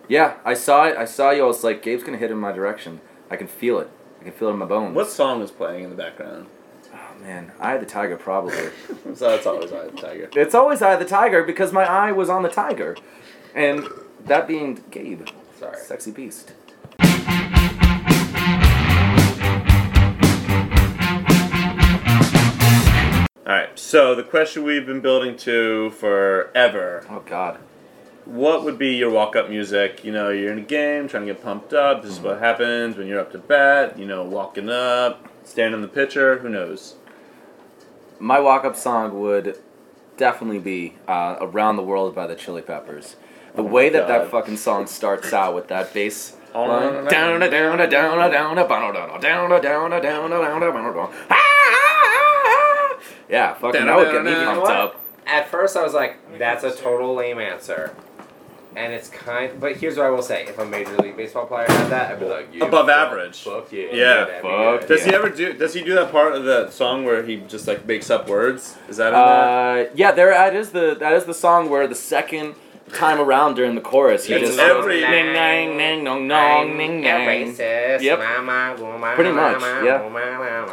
B: Yeah, I saw it. I saw you. I was like, Gabe's gonna hit in my direction. I can feel it. I can feel it in my bones.
A: What song was playing in the background?
B: Oh, man, Eye of the Tiger, probably.
A: So that's always I, Tiger.
B: it's always Eye of the Tiger because my eye was on the tiger, and that being Gabe,
C: Sorry.
B: sexy beast.
A: All right, so the question we've been building to forever.
B: Oh God.
A: What would be your walk up music? You know, you're in a game, trying to get pumped up. This is what happens when you're up to bat, you know, walking up, standing the pitcher, who knows?
B: my walk-up song would definitely be uh, "Around the World" by the Chili Peppers. The way
A: God.
B: that that fucking song starts out with that bass
A: Oh, no, no,
B: line,
A: no.
B: down a down a down a down a down a down a down a down a down a down a yeah, fucking that would get me
A: You know
B: pumped
C: what?
B: up.
C: At first, I was like, "That's a total lame answer," and it's kind. But here's what I will say: If a major league baseball player had that, I'd be like, you
A: Above
C: fuck-
A: average.
C: Fuck yeah.
A: Yeah,
C: that'd be
B: fuck
C: good."
A: Does he
B: Yeah.
A: ever do? Does he do that part of the song where he just like makes up words? Is that in there?
B: Uh, yeah, there that is the that is the song where the second time around during the chorus he
A: It's
B: just
A: every-
B: goes, ning ning ning nong nong ning ning. Yep. Pretty much,
C: yeah.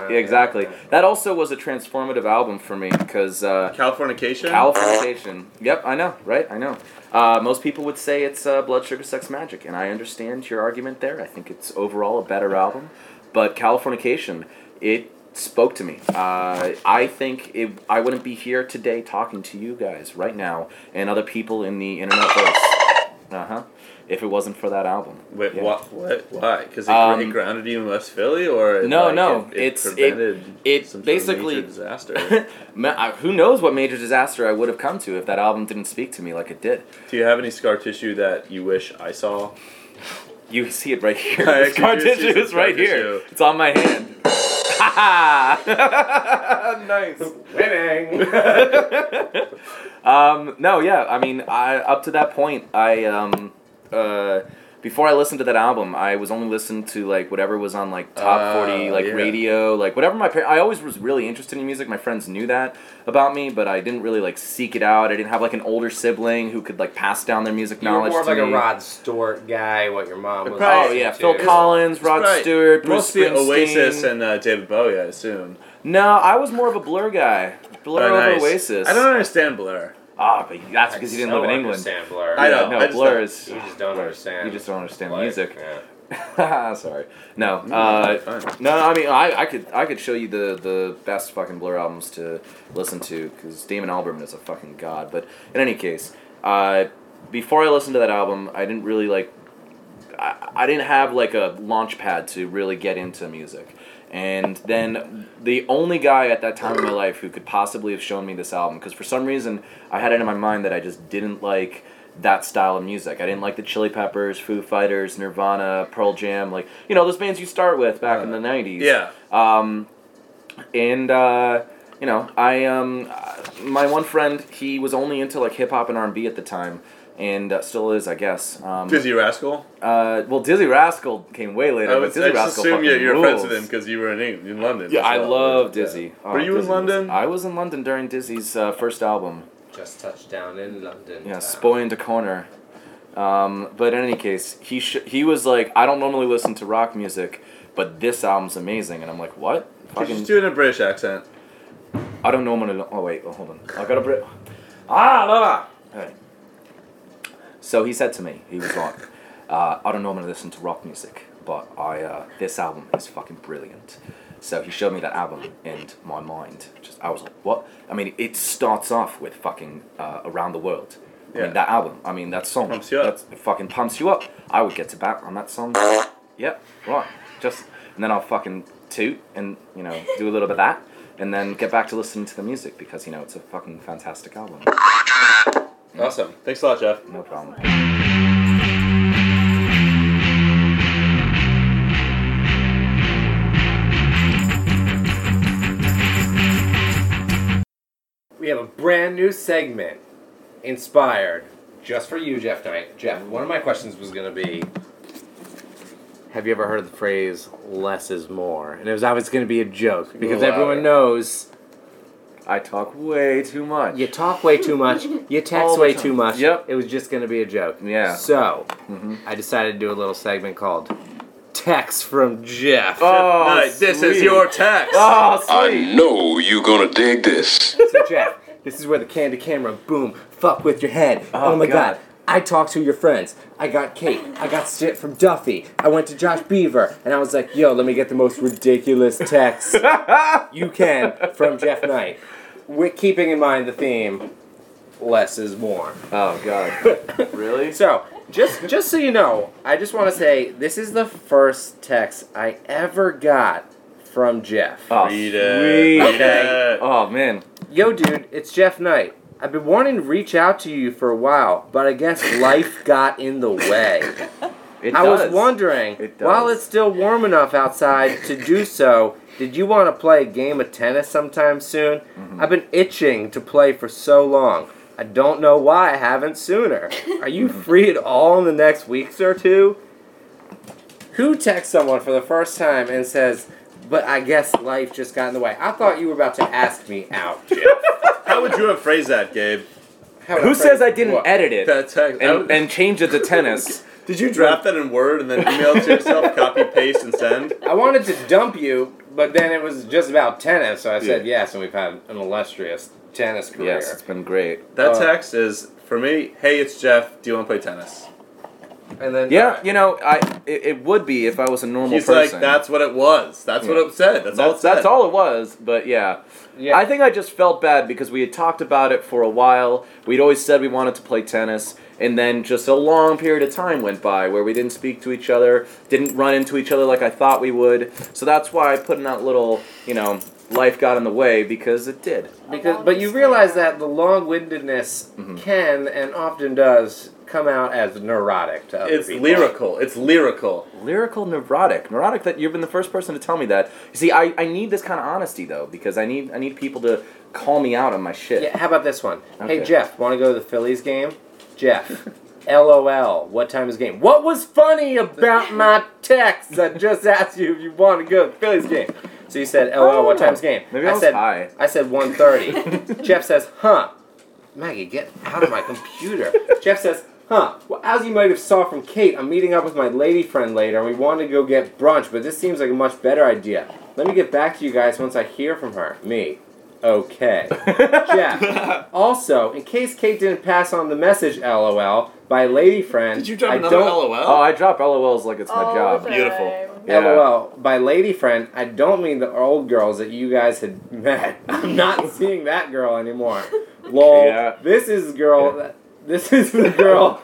B: Yeah, exactly. That also was a transformative album for me because uh,
A: Californication.
B: Californication. Yep, I know, right? I know. Uh, most people would say it's uh, Blood Sugar Sex Magic, and I understand your argument there. I think it's overall a better album, but Californication, it spoke to me. Uh, I think it, I wouldn't be here today talking to you guys right now and other people in the internet voice. Uh huh. if it wasn't for that album.
A: Wait,
B: Yeah.
A: what, what? Why? Because it,
B: Um,
A: it grounded you in West Philly, or it,
B: No,
A: like,
B: no,
A: it, it
B: it's- it-
A: prevented
B: it
A: some sort of
B: basically-
A: major disaster.
B: Ma- I- Who knows what major disaster I would have come to if that album didn't speak to me like it did.
A: Do you have any scar tissue that you wish I saw?
B: You see it right here.
A: I
B: The scar
A: actually do see
B: tissue
A: the
B: is
A: scar
B: right here.
A: tissue.
B: It's on my hand. nice.
C: Winning.
B: um, no, yeah. I mean, I up to that point, I um, uh, before I listened to that album, I was only listening to like whatever was on like top
A: Ah,
B: forty, like
A: yeah.
B: radio, like whatever my parents. I always was really interested in music. My friends knew that about me, but I didn't really like seek it out. I didn't have like an older sibling who could like pass down their music
C: You were
B: knowledge.
C: more of
B: to
C: like a
B: me.
C: Rod Stewart guy. What your mom was?
A: Probably-
B: Oh yeah,
C: into.
B: Phil Collins, Rod
A: Right.
B: Stewart, Bruce
A: mostly
B: Springsteen.
A: Oasis and uh, David Bowie, I assume.
B: no, I was more of a Blur guy. Blur
A: Oh,
B: over
A: nice.
B: Oasis.
A: I don't understand Blur.
B: Ah, but that's because you didn't
C: So
B: live in England.
C: understand Blur.
A: I don't-
B: No,
A: I just
B: Blur
A: don't-
B: is.
C: You just don't understand.
B: You just don't understand
C: Like,
B: music.
C: yeah.
B: Sorry. No. Uh,
A: Fine.
B: no, I mean, I, I could I could show you the, the best fucking Blur albums to listen to because Damon Albarn is a fucking god. But in any case, uh, before I listened to that album, I didn't really like. I, I didn't have like a launch pad to really get into music. And then the only guy at that time in my life who could possibly have shown me this album, because for some reason I had it in my mind that I just didn't like that style of music. I didn't like the Chili Peppers, Foo Fighters, Nirvana, Pearl Jam, like you know those bands you start with back in the '90s.
A: Yeah.
B: Um, and uh, you know, I um, uh, my one friend, he was only into like hip hop and R and B at the time, and uh, still is, I guess. Um,
A: Dizzy Rascal.
B: Uh, well, Dizzy Rascal came way later.
A: I
B: but
A: would
B: Dizzy
A: I just
B: Rascal
A: assume
B: fucking
A: you're, you're friends with
B: rules.
A: him because you were in England, in London.
B: Yeah,
A: That's
B: I
A: why.
B: love Dizzy. Oh,
A: Were you in
B: Dizzy was-
A: London?
B: I was in London during Dizzy's uh, first album.
C: Just touched down in London.
B: Yeah,
C: town.
B: spoiled a corner. Um, but in any case, he sh- he was like, I don't normally listen to rock music, but this album's amazing, and I'm like, what?
A: Could you
B: Fucking-
A: just do it in a British accent?
B: I don't know when. Oh wait, oh, hold on. I got a Brit. Ah, la la. Alright. So he said to me, he was like, uh, I don't normally listen to rock music, but I uh, this album is fucking brilliant. So he showed me that album, and my mind just I was like, what? I mean, it starts off with fucking uh, around the world. I
A: Yeah.
B: mean, that album. I mean, that song.
A: Pumps you up.
B: That's, it fucking pumps you up. I would get to bat on that song. Yep, right. Just and then I'll fucking toot and you know do a little bit of that, and then get back to listening to the music because you know it's a fucking fantastic album.
A: Awesome. Thanks a lot, Jeff.
B: No problem.
C: We have a brand new segment inspired just for you, Jeff Knight. Jeff, one of my questions was going to be Have you ever heard the phrase less is more? And it was always going to be a joke because
A: Louder.
C: everyone knows
B: I talk way too much.
C: you talk way too much, you
B: All
C: text
B: the
C: way
B: time.
C: too much.
B: Yep.
C: It was just going to be a joke.
B: Yeah.
C: So
B: Mhm.
C: I decided to do a little segment called Text from Jeff.
B: Oh,
A: Night, this is
B: sweet.
A: your text.
B: Oh,
G: I
B: sweet.
G: know you're gonna dig this.
C: So Jeff, this is where the candy camera boom fuck with your head. Oh,
B: Oh,
C: my
B: God.
C: god. I talked to your friends. I got Kate. I got shit from Duffy. I went to Josh Beaver and I was like, yo, let me get the most ridiculous text you can from Jeff Knight. With keeping in mind the theme, less is more.
B: Oh god. really?
C: So, just just so you know, I just want to say this is the first text I ever got from Jeff.
B: Oh,
A: Read
B: sweet.
A: it. Read it.
B: Oh man.
C: Yo, dude, it's Jeff Knight. I've been wanting to reach out to you for a while, but I guess life got in the way.
B: It
C: I
B: does.
C: was wondering,
B: It does.
C: while it's still warm enough outside to do so, did you want to play a game of tennis sometime soon?
B: Mm-hmm.
C: I've been itching to play for so long. I don't know why I haven't sooner. Are you free at all in the next weeks or two? Who texts someone for the first time and says, but I guess life just got in the way? I thought you were about to ask me out, Jeff.
A: How would you have phrased that, Gabe?
C: How would
B: Who
C: phrase-
B: says I didn't
C: What?
B: edit it
A: That text. I
B: and,
A: would-
B: and change it to tennis?
A: did you draft that in Word and then email it to yourself, copy, paste, and send?
C: I wanted to dump you, but then it was just about tennis, so I said yes, and we've had an illustrious tennis career.
B: yes, it's been great.
A: That
C: Uh,
A: text is for me. Hey, it's Jeff. Do you want to play tennis?
C: And then
B: Yeah, you know, I it, it would be if I was a normal
A: He's
B: person.
A: like, that's what it was. That's what
B: Yeah.
A: it said. That's, all it
B: that's,
A: said.
B: that's all it was, but yeah.
C: yeah.
B: I think I just felt bad because we had talked about it for a while. We'd always said we wanted to play tennis, and then just a long period of time went by where we didn't speak to each other, didn't run into each other like I thought we would. So that's why I put in that little, you know, life got in the way because it did.
C: because but you realize that the long-windedness
A: Mm-hmm.
B: Mhm.
C: can and often does come out as neurotic to other
A: It's
C: people.
A: lyrical. It's lyrical.
B: Lyrical neurotic, neurotic. That you've been the first person to tell me that. You see, I, I need this kind of honesty though because I need I need people to call me out on my shit.
C: Yeah, how about this one?
B: Okay.
C: Hey Jeff, want to go to the Phillies game? Jeff. LOL. What time is the game? What was funny about my text? I just asked you if you want to go to the Phillies game. So you said, LOL. What time's the game?
B: Maybe I was
C: said,
B: high.
C: I said 1.30. Jeff says, huh. Maggie, get out of my computer. Jeff says, huh. Well, as you might have saw from Kate, I'm meeting up with my lady friend later, and we want to go get brunch, but this seems like a much better idea. Let me get back to you guys once I hear from her. Me. Okay. Jeff. Also, in case Kate didn't pass on the message, LOL, by lady friend.
A: Did you drop
C: I
A: another
C: don't,
A: LOL?
B: Oh, I drop LOLs like it's my
C: Oh,
D: Oh,
H: All
B: job.
H: the
A: Beautiful.
H: time.
B: Yeah.
C: LOL. By lady friend, I don't mean the old girls that you guys had met. I'm not seeing that girl anymore. Lol.
B: Yeah.
C: This is girl. that- This is the girl.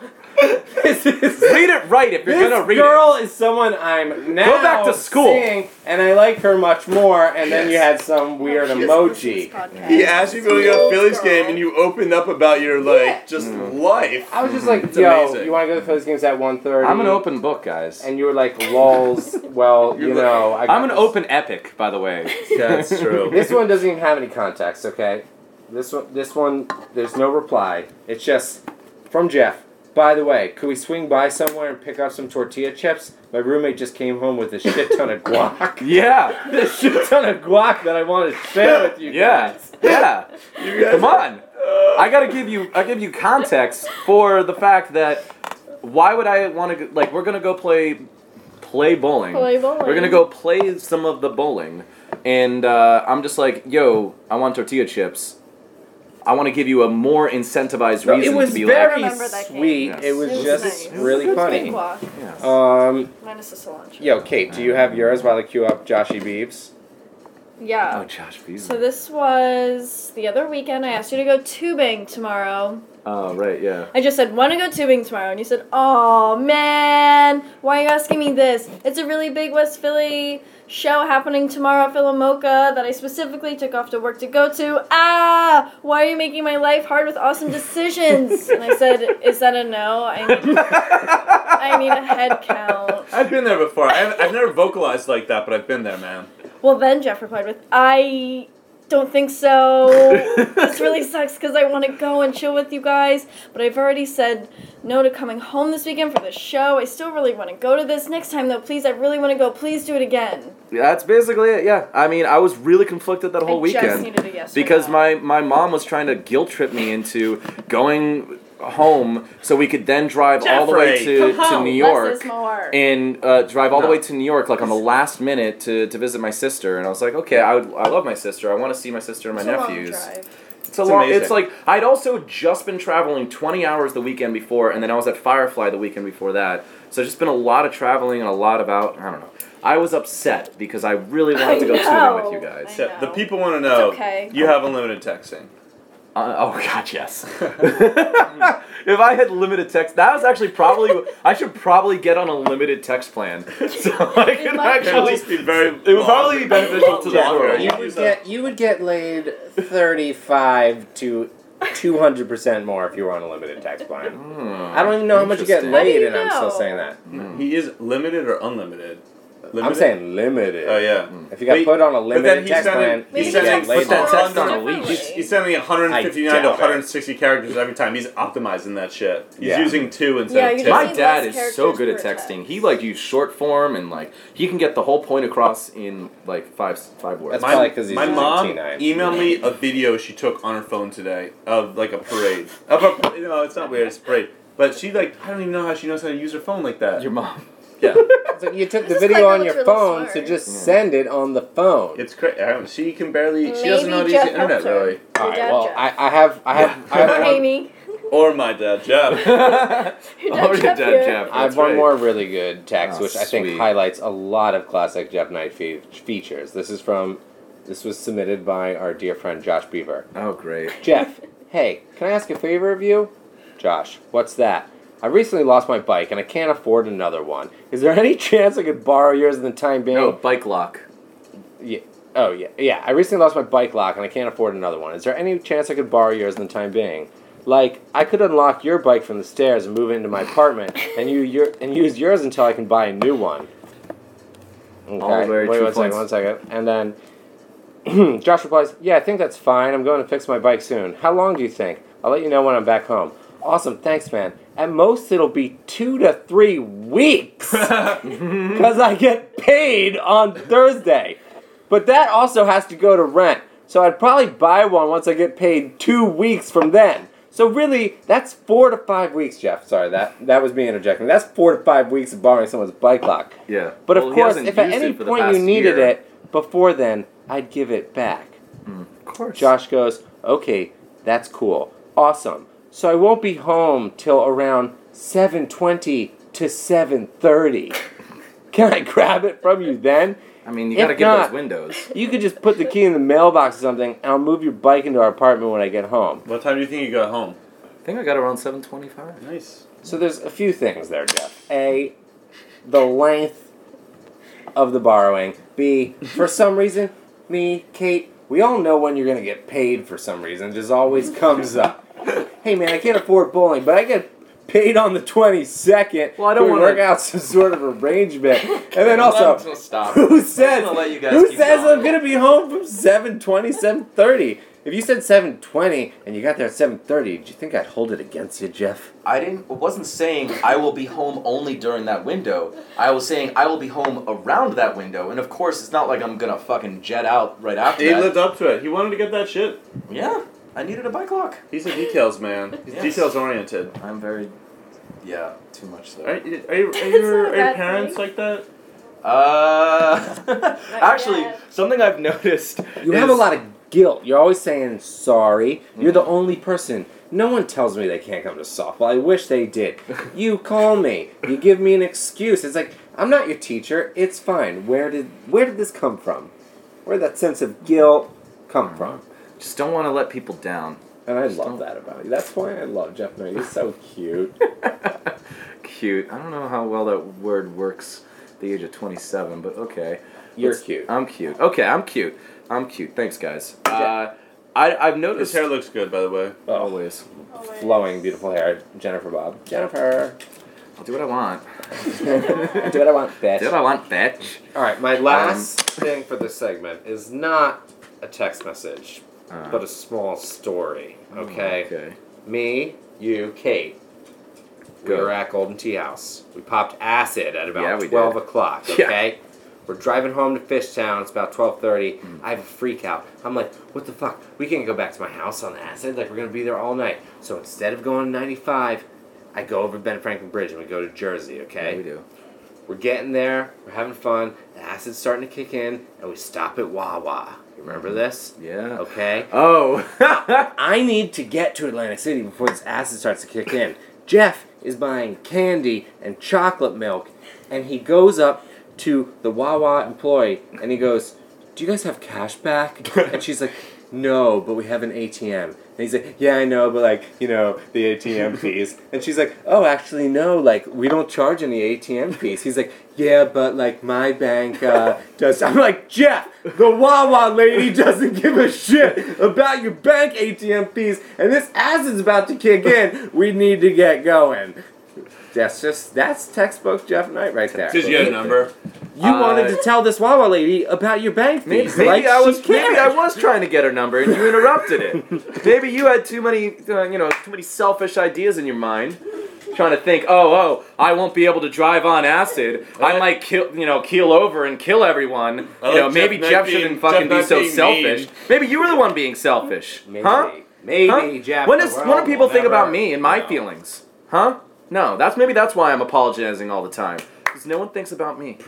C: this is.
B: Read it right if you're
C: this
B: gonna read it.
C: girl is someone I'm now
B: back to school.
C: seeing, and I like her much more. And then you
A: Yes.
C: had some weird
H: She listens to this
C: emoji.
H: podcast.
A: He asked you if you were going to go to a Phillies
H: Girl.
A: game, and you opened up about your like
C: Yeah.
A: just
C: Mm.
A: life.
C: I was just like,
A: It's
C: yo,
A: amazing.
C: you want to go to the Phillies games at 1.30?
B: Mhm. I'm an open book, guys.
C: And you were like, lols, well, you
A: You're
C: know. I got
B: I'm an
C: this.
B: open epic, by the way.
A: That's true.
C: This one doesn't even have any context, okay? This one, this one, there's no reply. It's just from Jeff. By the way, could we swing by somewhere and pick up some tortilla chips? My roommate just came home with a shit ton of guac.
B: Yeah,
C: a shit ton of guac that I want to share with you.
B: yeah, yeah.
A: You guys-
B: Come on. I gotta give you. I give you context for the fact that why would I want to like we're gonna go play play bowling.
H: Play bowling.
B: We're gonna go play some of the bowling, and uh, I'm just like, yo, I want tortilla chips. I want to give you a more incentivized
C: No,
B: reason
C: it was
B: to be
C: very
H: Remember that cake.
C: sweet.
B: Yes.
C: It was
H: It was
C: just
H: nice. It was
C: really
H: Good
C: funny.
H: spring walk,
B: like, yes.
C: Um,
H: minus the cilantro.
C: yo, Kate, do you have yours while I queue up Joshy Beebs?
H: Yeah.
B: oh, Josh, please.
H: So this was the other weekend. I asked you to go tubing tomorrow.
B: oh, right, yeah.
H: I just said, want to go tubing tomorrow. And you said, oh man, why are you asking me this? It's a really big West Philly show happening tomorrow at Philomoka that I specifically took off to work to go to. Ah, why are you making my life hard with awesome decisions? and I said, is that a no? I need, I need a head count.
A: I've been there before. I've, I've never vocalized like that, but I've been there, man.
H: Well, then Jeff replied with, I don't think so. this really sucks because I want to go and chill with you guys, but I've already said no to coming home this weekend for this show. I still really want to go to this next time, though. Please, I really want to go. Please do it again.
B: That's basically it. Yeah, I mean, I was really conflicted that whole
H: I
B: weekend
H: just needed a yes. or
B: because
H: no.
B: my my mom was trying to guilt trip me into going home so we could then drive all the way
A: Jeffrey,
B: to,
H: Come
B: to
H: home. Less
B: New York
H: Oh, is more.
B: and uh, drive all the
A: No.
B: way to New York like on the last minute to, to visit my sister and I was like okay I, would, I love my sister I want to see my sister and my
H: It's a long
B: nephews
H: drive.
B: it's a
A: It's
B: long
A: amazing.
B: it's like I'd also just been traveling 20 hours the weekend before and then I was at Firefly the weekend before that so just been a lot of traveling and a lot about I don't know I was upset because I really wanted to go
H: I
B: tubing with you
H: know.
B: guys
A: So
H: know.
A: the people want to know.
H: It's okay.
A: You have unlimited texting.
B: Uh, oh God, yes. if I had limited text, that was actually probably I should probably get on a limited text plan. So I
H: It
B: could
H: might
B: actually.
H: help.
A: be very.
B: It would probably be beneficial to the
A: Yeah,
B: world.
A: you
C: You
A: would
C: would
A: So- get-
C: get you would get laid thirty five to two hundred percent more if you were on a limited tax plan.
B: Hmm.
C: I don't even know how much you get
B: Interesting.
C: laid,
H: How do you
C: and I'm still
H: know?
C: saying that.
A: Mm. He is limited or unlimited. Limited?
C: I'm saying limited.
A: Oh yeah.
C: If you got
A: Wait,
C: put on a
A: But then
C: limited
A: he's
C: tax
A: sending.
C: plan,
H: Maybe
A: He's
C: you
H: he
A: sending.
C: get
H: texts
C: laid
A: Put
H: more.
A: that
B: Put
A: text on a
H: differently.
A: leash. He's, he's sending 159
C: I
A: to
C: doubt it.
A: 160 characters every time. He's optimizing that shit. He's
C: Yeah.
A: using two
H: Yeah,
A: instead
H: you
A: of
H: just
B: My
A: two.
H: need
B: dad
H: less
B: is so
H: characters
B: good at
H: per text.
B: texting. He like used short form and like he can get the whole point across in like five five words.
C: That's probably 'cause he's
A: my
C: using
A: mom
C: T9.
A: emailed me a video she took on her phone today of like a parade. of a, you know, it's not weird. It's a parade. But she like I don't even know how she knows how to use her phone like that.
B: Your mom.
A: yeah,
C: It's like you took the
H: This is like
C: video
H: I
C: on
H: looked
C: your
H: really
C: phone,
H: smart.
C: so just
B: Yeah.
C: send it on the phone.
A: it's crazy. She can barely. She doesn't
H: Maybe
A: know how to use
H: Jeff
A: the internet
H: helped her.
A: really.
H: Your
C: All right.
H: dad
C: Well,
H: joke.
C: I, I have I have I
H: Or
C: have one,
H: Amy.
A: Or my dad, Jeff.
H: Your
B: oh,
H: dad
B: your dad,
H: kept here.
B: Jeff.
G: I have
B: that's
G: one
B: right.
G: more really good text,
C: Ah,
B: Oh,
G: which I think
B: sweet.
G: highlights a lot of classic Jeff Knight fe- features. This is from, this was submitted by our dear friend Josh Beaver.
B: Oh, great.
G: Jeff, hey, can I ask a favor of you? Josh, what's that? I recently lost my bike and I can't afford another one. Is there any chance I could borrow yours in the time being?
B: No, Oh, bike lock.
G: Yeah. Oh yeah, yeah. I recently lost my bike lock and I can't afford another one. Is there any chance I could borrow yours in the time being? Like I could unlock your bike from the stairs and move it into my apartment, and you your and use yours until I can buy a new one. Okay.
B: All very
G: Wait
B: true
G: one second,
B: points.
G: one second, and then Josh replies, "Yeah, I think that's fine. I'm going to fix my bike soon. How long do you think? I'll let you know when I'm back home. Awesome, thanks, man. At most, it'll be two to three weeks." because I get paid on Thursday. But that also has to go to rent. So I'd probably buy one once I get paid two weeks from then. So really, that's four to five weeks, Jeff. Sorry, that that was me interjecting. That's four to five weeks of borrowing someone's bike lock.
B: Yeah.
G: But
B: Well,
G: of
B: he
G: course,
B: hasn't
G: if at
B: used
G: any
B: it for the
G: point
B: past
G: you needed
B: year.
G: it before then, I'd give it back.
B: of course.
G: Josh goes, "Okay, that's cool. Awesome. So I won't be home till around 7:20 to 7:30. Can I grab it from you then?
B: I mean, you
G: If
B: gotta get
G: not-
B: those windows.
G: You could just put the key in the mailbox or something, and I'll move your bike into our apartment when I get home."
A: what time do you think you got home?
B: I think I got around 725.
A: Nice.
G: So there's a few things there, Jeff. A, the length of the borrowing. B, for some reason, me, Kate, we all know when you're gonna get paid for some reason. It just always comes up. hey man, I can't afford bowling, but I get paid on the 22nd.
B: Well, I don't
G: Can we
B: wanna-
G: work out some sort of arrangement. And then also,
B: Just stop.
G: who says
B: gonna let you guys
G: who
B: keep
G: says
B: going.
G: I'm gonna be home from 7:20, 7:30? If you said 7:20 and you got there at 7:30, do you think I'd hold it against you, Jeff?
I: I didn't wasn't saying I will be home only during that window. I was saying I will be home around that window, and of course it's not like I'm gonna fucking jet out right after
A: He
I: that.
A: lived up to it. He wanted to get that shit.
I: yeah, I needed a bike lock.
A: He's a details man. He's
I: Yes.
A: details oriented.
I: I'm very, yeah, too much so.
A: Are, you- are, you- are,
H: It's
A: your,
H: not a
A: are your
H: bad
A: parents
H: thing.
A: like that?
I: Uh, actually,
H: yet.
I: something I've noticed.
G: You
I: is-
G: have a lot of guilt. You're always saying sorry. You're the only person. No one tells me they can't come to softball. I wish they did. You call me. You give me an excuse. It's like I'm not your teacher. It's fine. Where did where did this come from? Where did that sense of guilt come from?
B: Just don't want to let people down.
G: And I love that about you. That's why I love Jeff. Knight. He's so cute.
B: Cute. I don't know how well that word works at the age of 27, but okay.
G: You're
B: Let's-
G: cute.
B: I'm cute. Okay, I'm cute. I'm cute. Thanks, guys. Uh, I, I've
A: His
B: noticed.
A: hair looks good, by the way.
B: Always.
H: Oh,
G: Flowing, beautiful hair. Jennifer Bob. Jennifer.
B: I'll do what I want.
G: Do what I want, bitch.
B: Do what I want, bitch.
G: All right, my last thing for this segment is not a text message,
B: Uh,
G: but a small story. Oh, Okay,
B: okay.
G: me, you, Kate. We
B: Go.
G: were at Golden Tea House. We popped acid at about
B: Yeah, we did.
G: twelve o'clock.
B: Yeah.
G: Okay. We're driving home to Fishtown. It's about twelve thirty.
B: Hmm.
G: I have a freak out. I'm like, what the fuck? We can't go back to my house on acid. Like we're gonna be there all night. So instead of going ninety five, I go over Ben Franklin Bridge and we go to Jersey. Okay.
B: Yeah, we do.
G: We're getting there. We're having fun. The acid's starting to kick in, and we stop at Wawa.
C: Um,
G: You
B: Hmm.
G: remember this?
B: Yeah.
G: Okay.
B: Oh.
G: I need to get to Atlantic City before this acid starts to kick in. Jeff is buying candy and chocolate milk, and he goes up to the Wawa employee and he goes, Do you guys have cash back? And she's like, No, but we have an ATM. And he's like, Yeah, I know, but like, you know, the ATM fees. And she's like, Oh, actually, no, like, we don't charge any ATM fees. He's like, Yeah, but like, my bank uh, does. I'm like, Jeff, the Wawa lady doesn't give a shit about your bank ATM fees, and this acid's about to kick in. We need to get going. That's just that's textbook Jeff Knight right there.
A: Did you get a number?
G: You wanted to tell this Wawa lady about your bank
B: Uh, Maybe,
G: fees.
B: maybe
G: like
B: I
G: she
B: was maybe
G: cared.
B: I was trying to get her number and you interrupted it. maybe you had too many uh, you know too many selfish ideas in your mind, trying to think, oh oh, I won't be able to drive on acid. I might kill you know keel over and kill everyone.
A: I
B: you know
A: like
B: maybe
A: Jeff
B: Jeff
A: not being-
B: shouldn't
A: Jeff
B: fucking
A: not
B: be so
A: being
B: selfish.
A: mean.
B: Maybe you were the one being selfish,
G: Maybe,
B: huh?
G: maybe
B: Huh?
G: Jeff.
B: when
G: the
B: does
G: world
B: when do people
G: will
B: think
G: never-
B: about me and my
G: No.
B: feelings, huh? No, that's maybe that's why I'm apologizing all the time because no one thinks about me.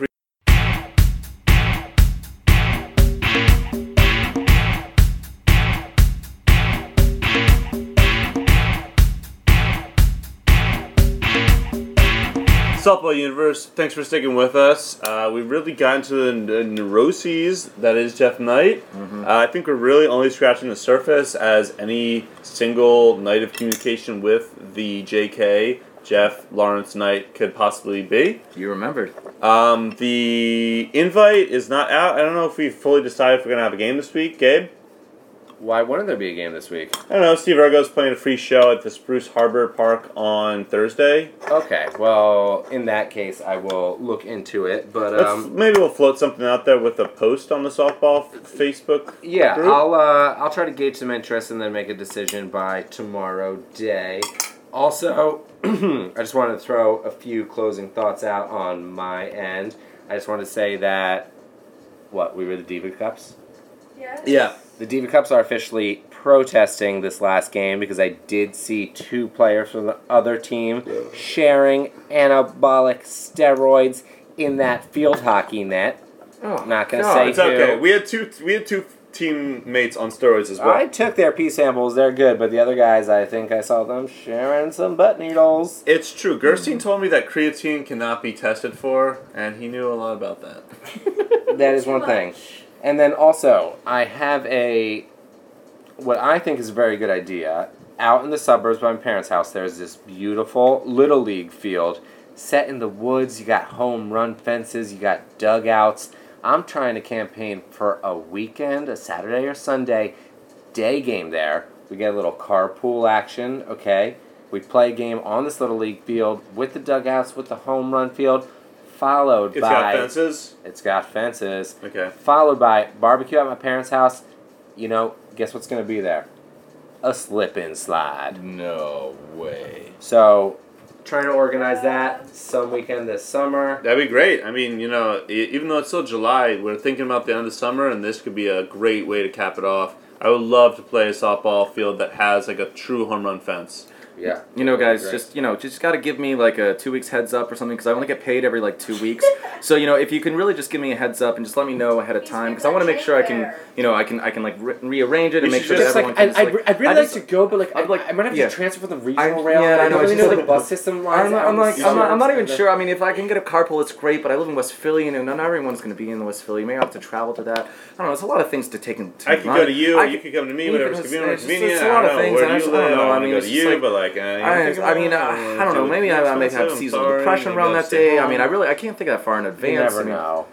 A: Softball Universe, thanks for sticking with us. Uh, we've really gotten to the, the neuroses that is Jeff Knight. Uh, I think we're really only scratching the surface as any single night of communication with the JK, Jeff Lawrence Knight, could possibly be.
B: You remembered.
A: Um, the invite is not out. I don't know if we fully decided if we're going to have a game this week, Gabe.
G: Why wouldn't there be a game this week?
A: I don't know. Steve Ergo's playing a free show at the Spruce Harbor Park on Thursday.
G: Okay, well, in that case, I will look into it. But
A: Let's,
G: um,
A: maybe we'll float something out there with a post on the softball f- Facebook.
G: yeah,
A: group?
G: I'll uh, I'll try to gauge some interest and then make a decision by tomorrow day. Also, I just wanted to throw a few closing thoughts out on my end. I just wanted to say that what we were the Diva Cups.
H: Yes.
A: Yeah.
G: The Diva Cups are officially protesting this last game because I did see two players from the other team sharing anabolic steroids in that field hockey net.
B: Oh,
G: Not gonna
B: God.
G: say
A: It's okay.
G: who.
A: We had two. We had two teammates on steroids as well.
G: I took their pee samples; they're good. But the other guys, I think I saw them sharing some butt needles.
A: It's true. Gerstein told me that creatine cannot be tested for, and he knew a lot about that.
G: That is
H: Too
G: one
H: much.
G: thing. And then also, I have a what I think is a very good idea. Out in the suburbs by my parents' house, there's this beautiful little league field set in the woods. You got home run fences, you got dugouts. I'm trying to campaign for a weekend, a Saturday or Sunday day game there. We get a little carpool action, okay? We play a game on this little league field with the dugouts, with the home run field, followed
A: It's
G: by
A: got fences.
G: it's got fences.
A: Okay.
G: Followed by barbecue at my parents' house. You know, guess what's going to be there? A slip and slide.
B: No way.
G: So, trying to organize that some weekend this summer.
A: That'd be great. I mean, you know, e- even though it's still July, we're thinking about the end of summer, and this could be a great way to cap it off. I would love to play a softball field that has like a true home run fence.
G: Yeah.
B: You know, guys,
G: Great.
B: just you know, just gotta give me like a two weeks heads up or something because I only get paid every like two weeks. so you know, if you can really just give me a heads up and just let me know ahead of
H: He's
B: time because I
H: gonna
B: want to make sure I can,
H: share.
B: you know, I can I can like re- rearrange it
A: We
B: and make
A: should
B: sure that
A: just,
G: Just
B: everyone
G: like,
B: can
G: I,
B: just,
G: I'd,
B: like-
G: I'd
B: I
G: really like
B: just-
G: to go, but like,
B: I'm
G: I,
B: like-
G: I might have
B: yeah.
G: to transfer from the
B: I-
G: regional
B: yeah,
G: rail.
B: I
G: I
B: know, it's
G: don't really know
B: just
G: the
B: like-
G: bus system lines.
B: I'm not, I'm
G: out
B: like,
G: in
B: I'm not, I'm not
G: Syracuse.
B: even sure. I mean, if I can get a carpool, it's great, but I live in West Philly, and not everyone's going to be in West Philly. Maybe I'll have to travel to that. I don't know. It's a lot of things to take into
A: I could
B: mind.
A: go to you,
B: I
A: you
B: could-
A: could come to me,
B: you
A: whatever's
B: could-
A: convenient.
B: it's just-
A: convenient.
B: it's a lot of
A: I don't know
B: things,
A: where
B: and I
A: you
B: just- I don't
A: live,
B: know, I
A: wanna
B: mean,
A: go
B: it's
A: to
B: just
A: you,
B: like-
A: but like, I,
B: I, I mean, I, I don't know. Maybe I, I may have seasonal depression around that day. I mean, I really I can't think that far in
G: You
B: advance.
G: never
B: I mean,
G: know.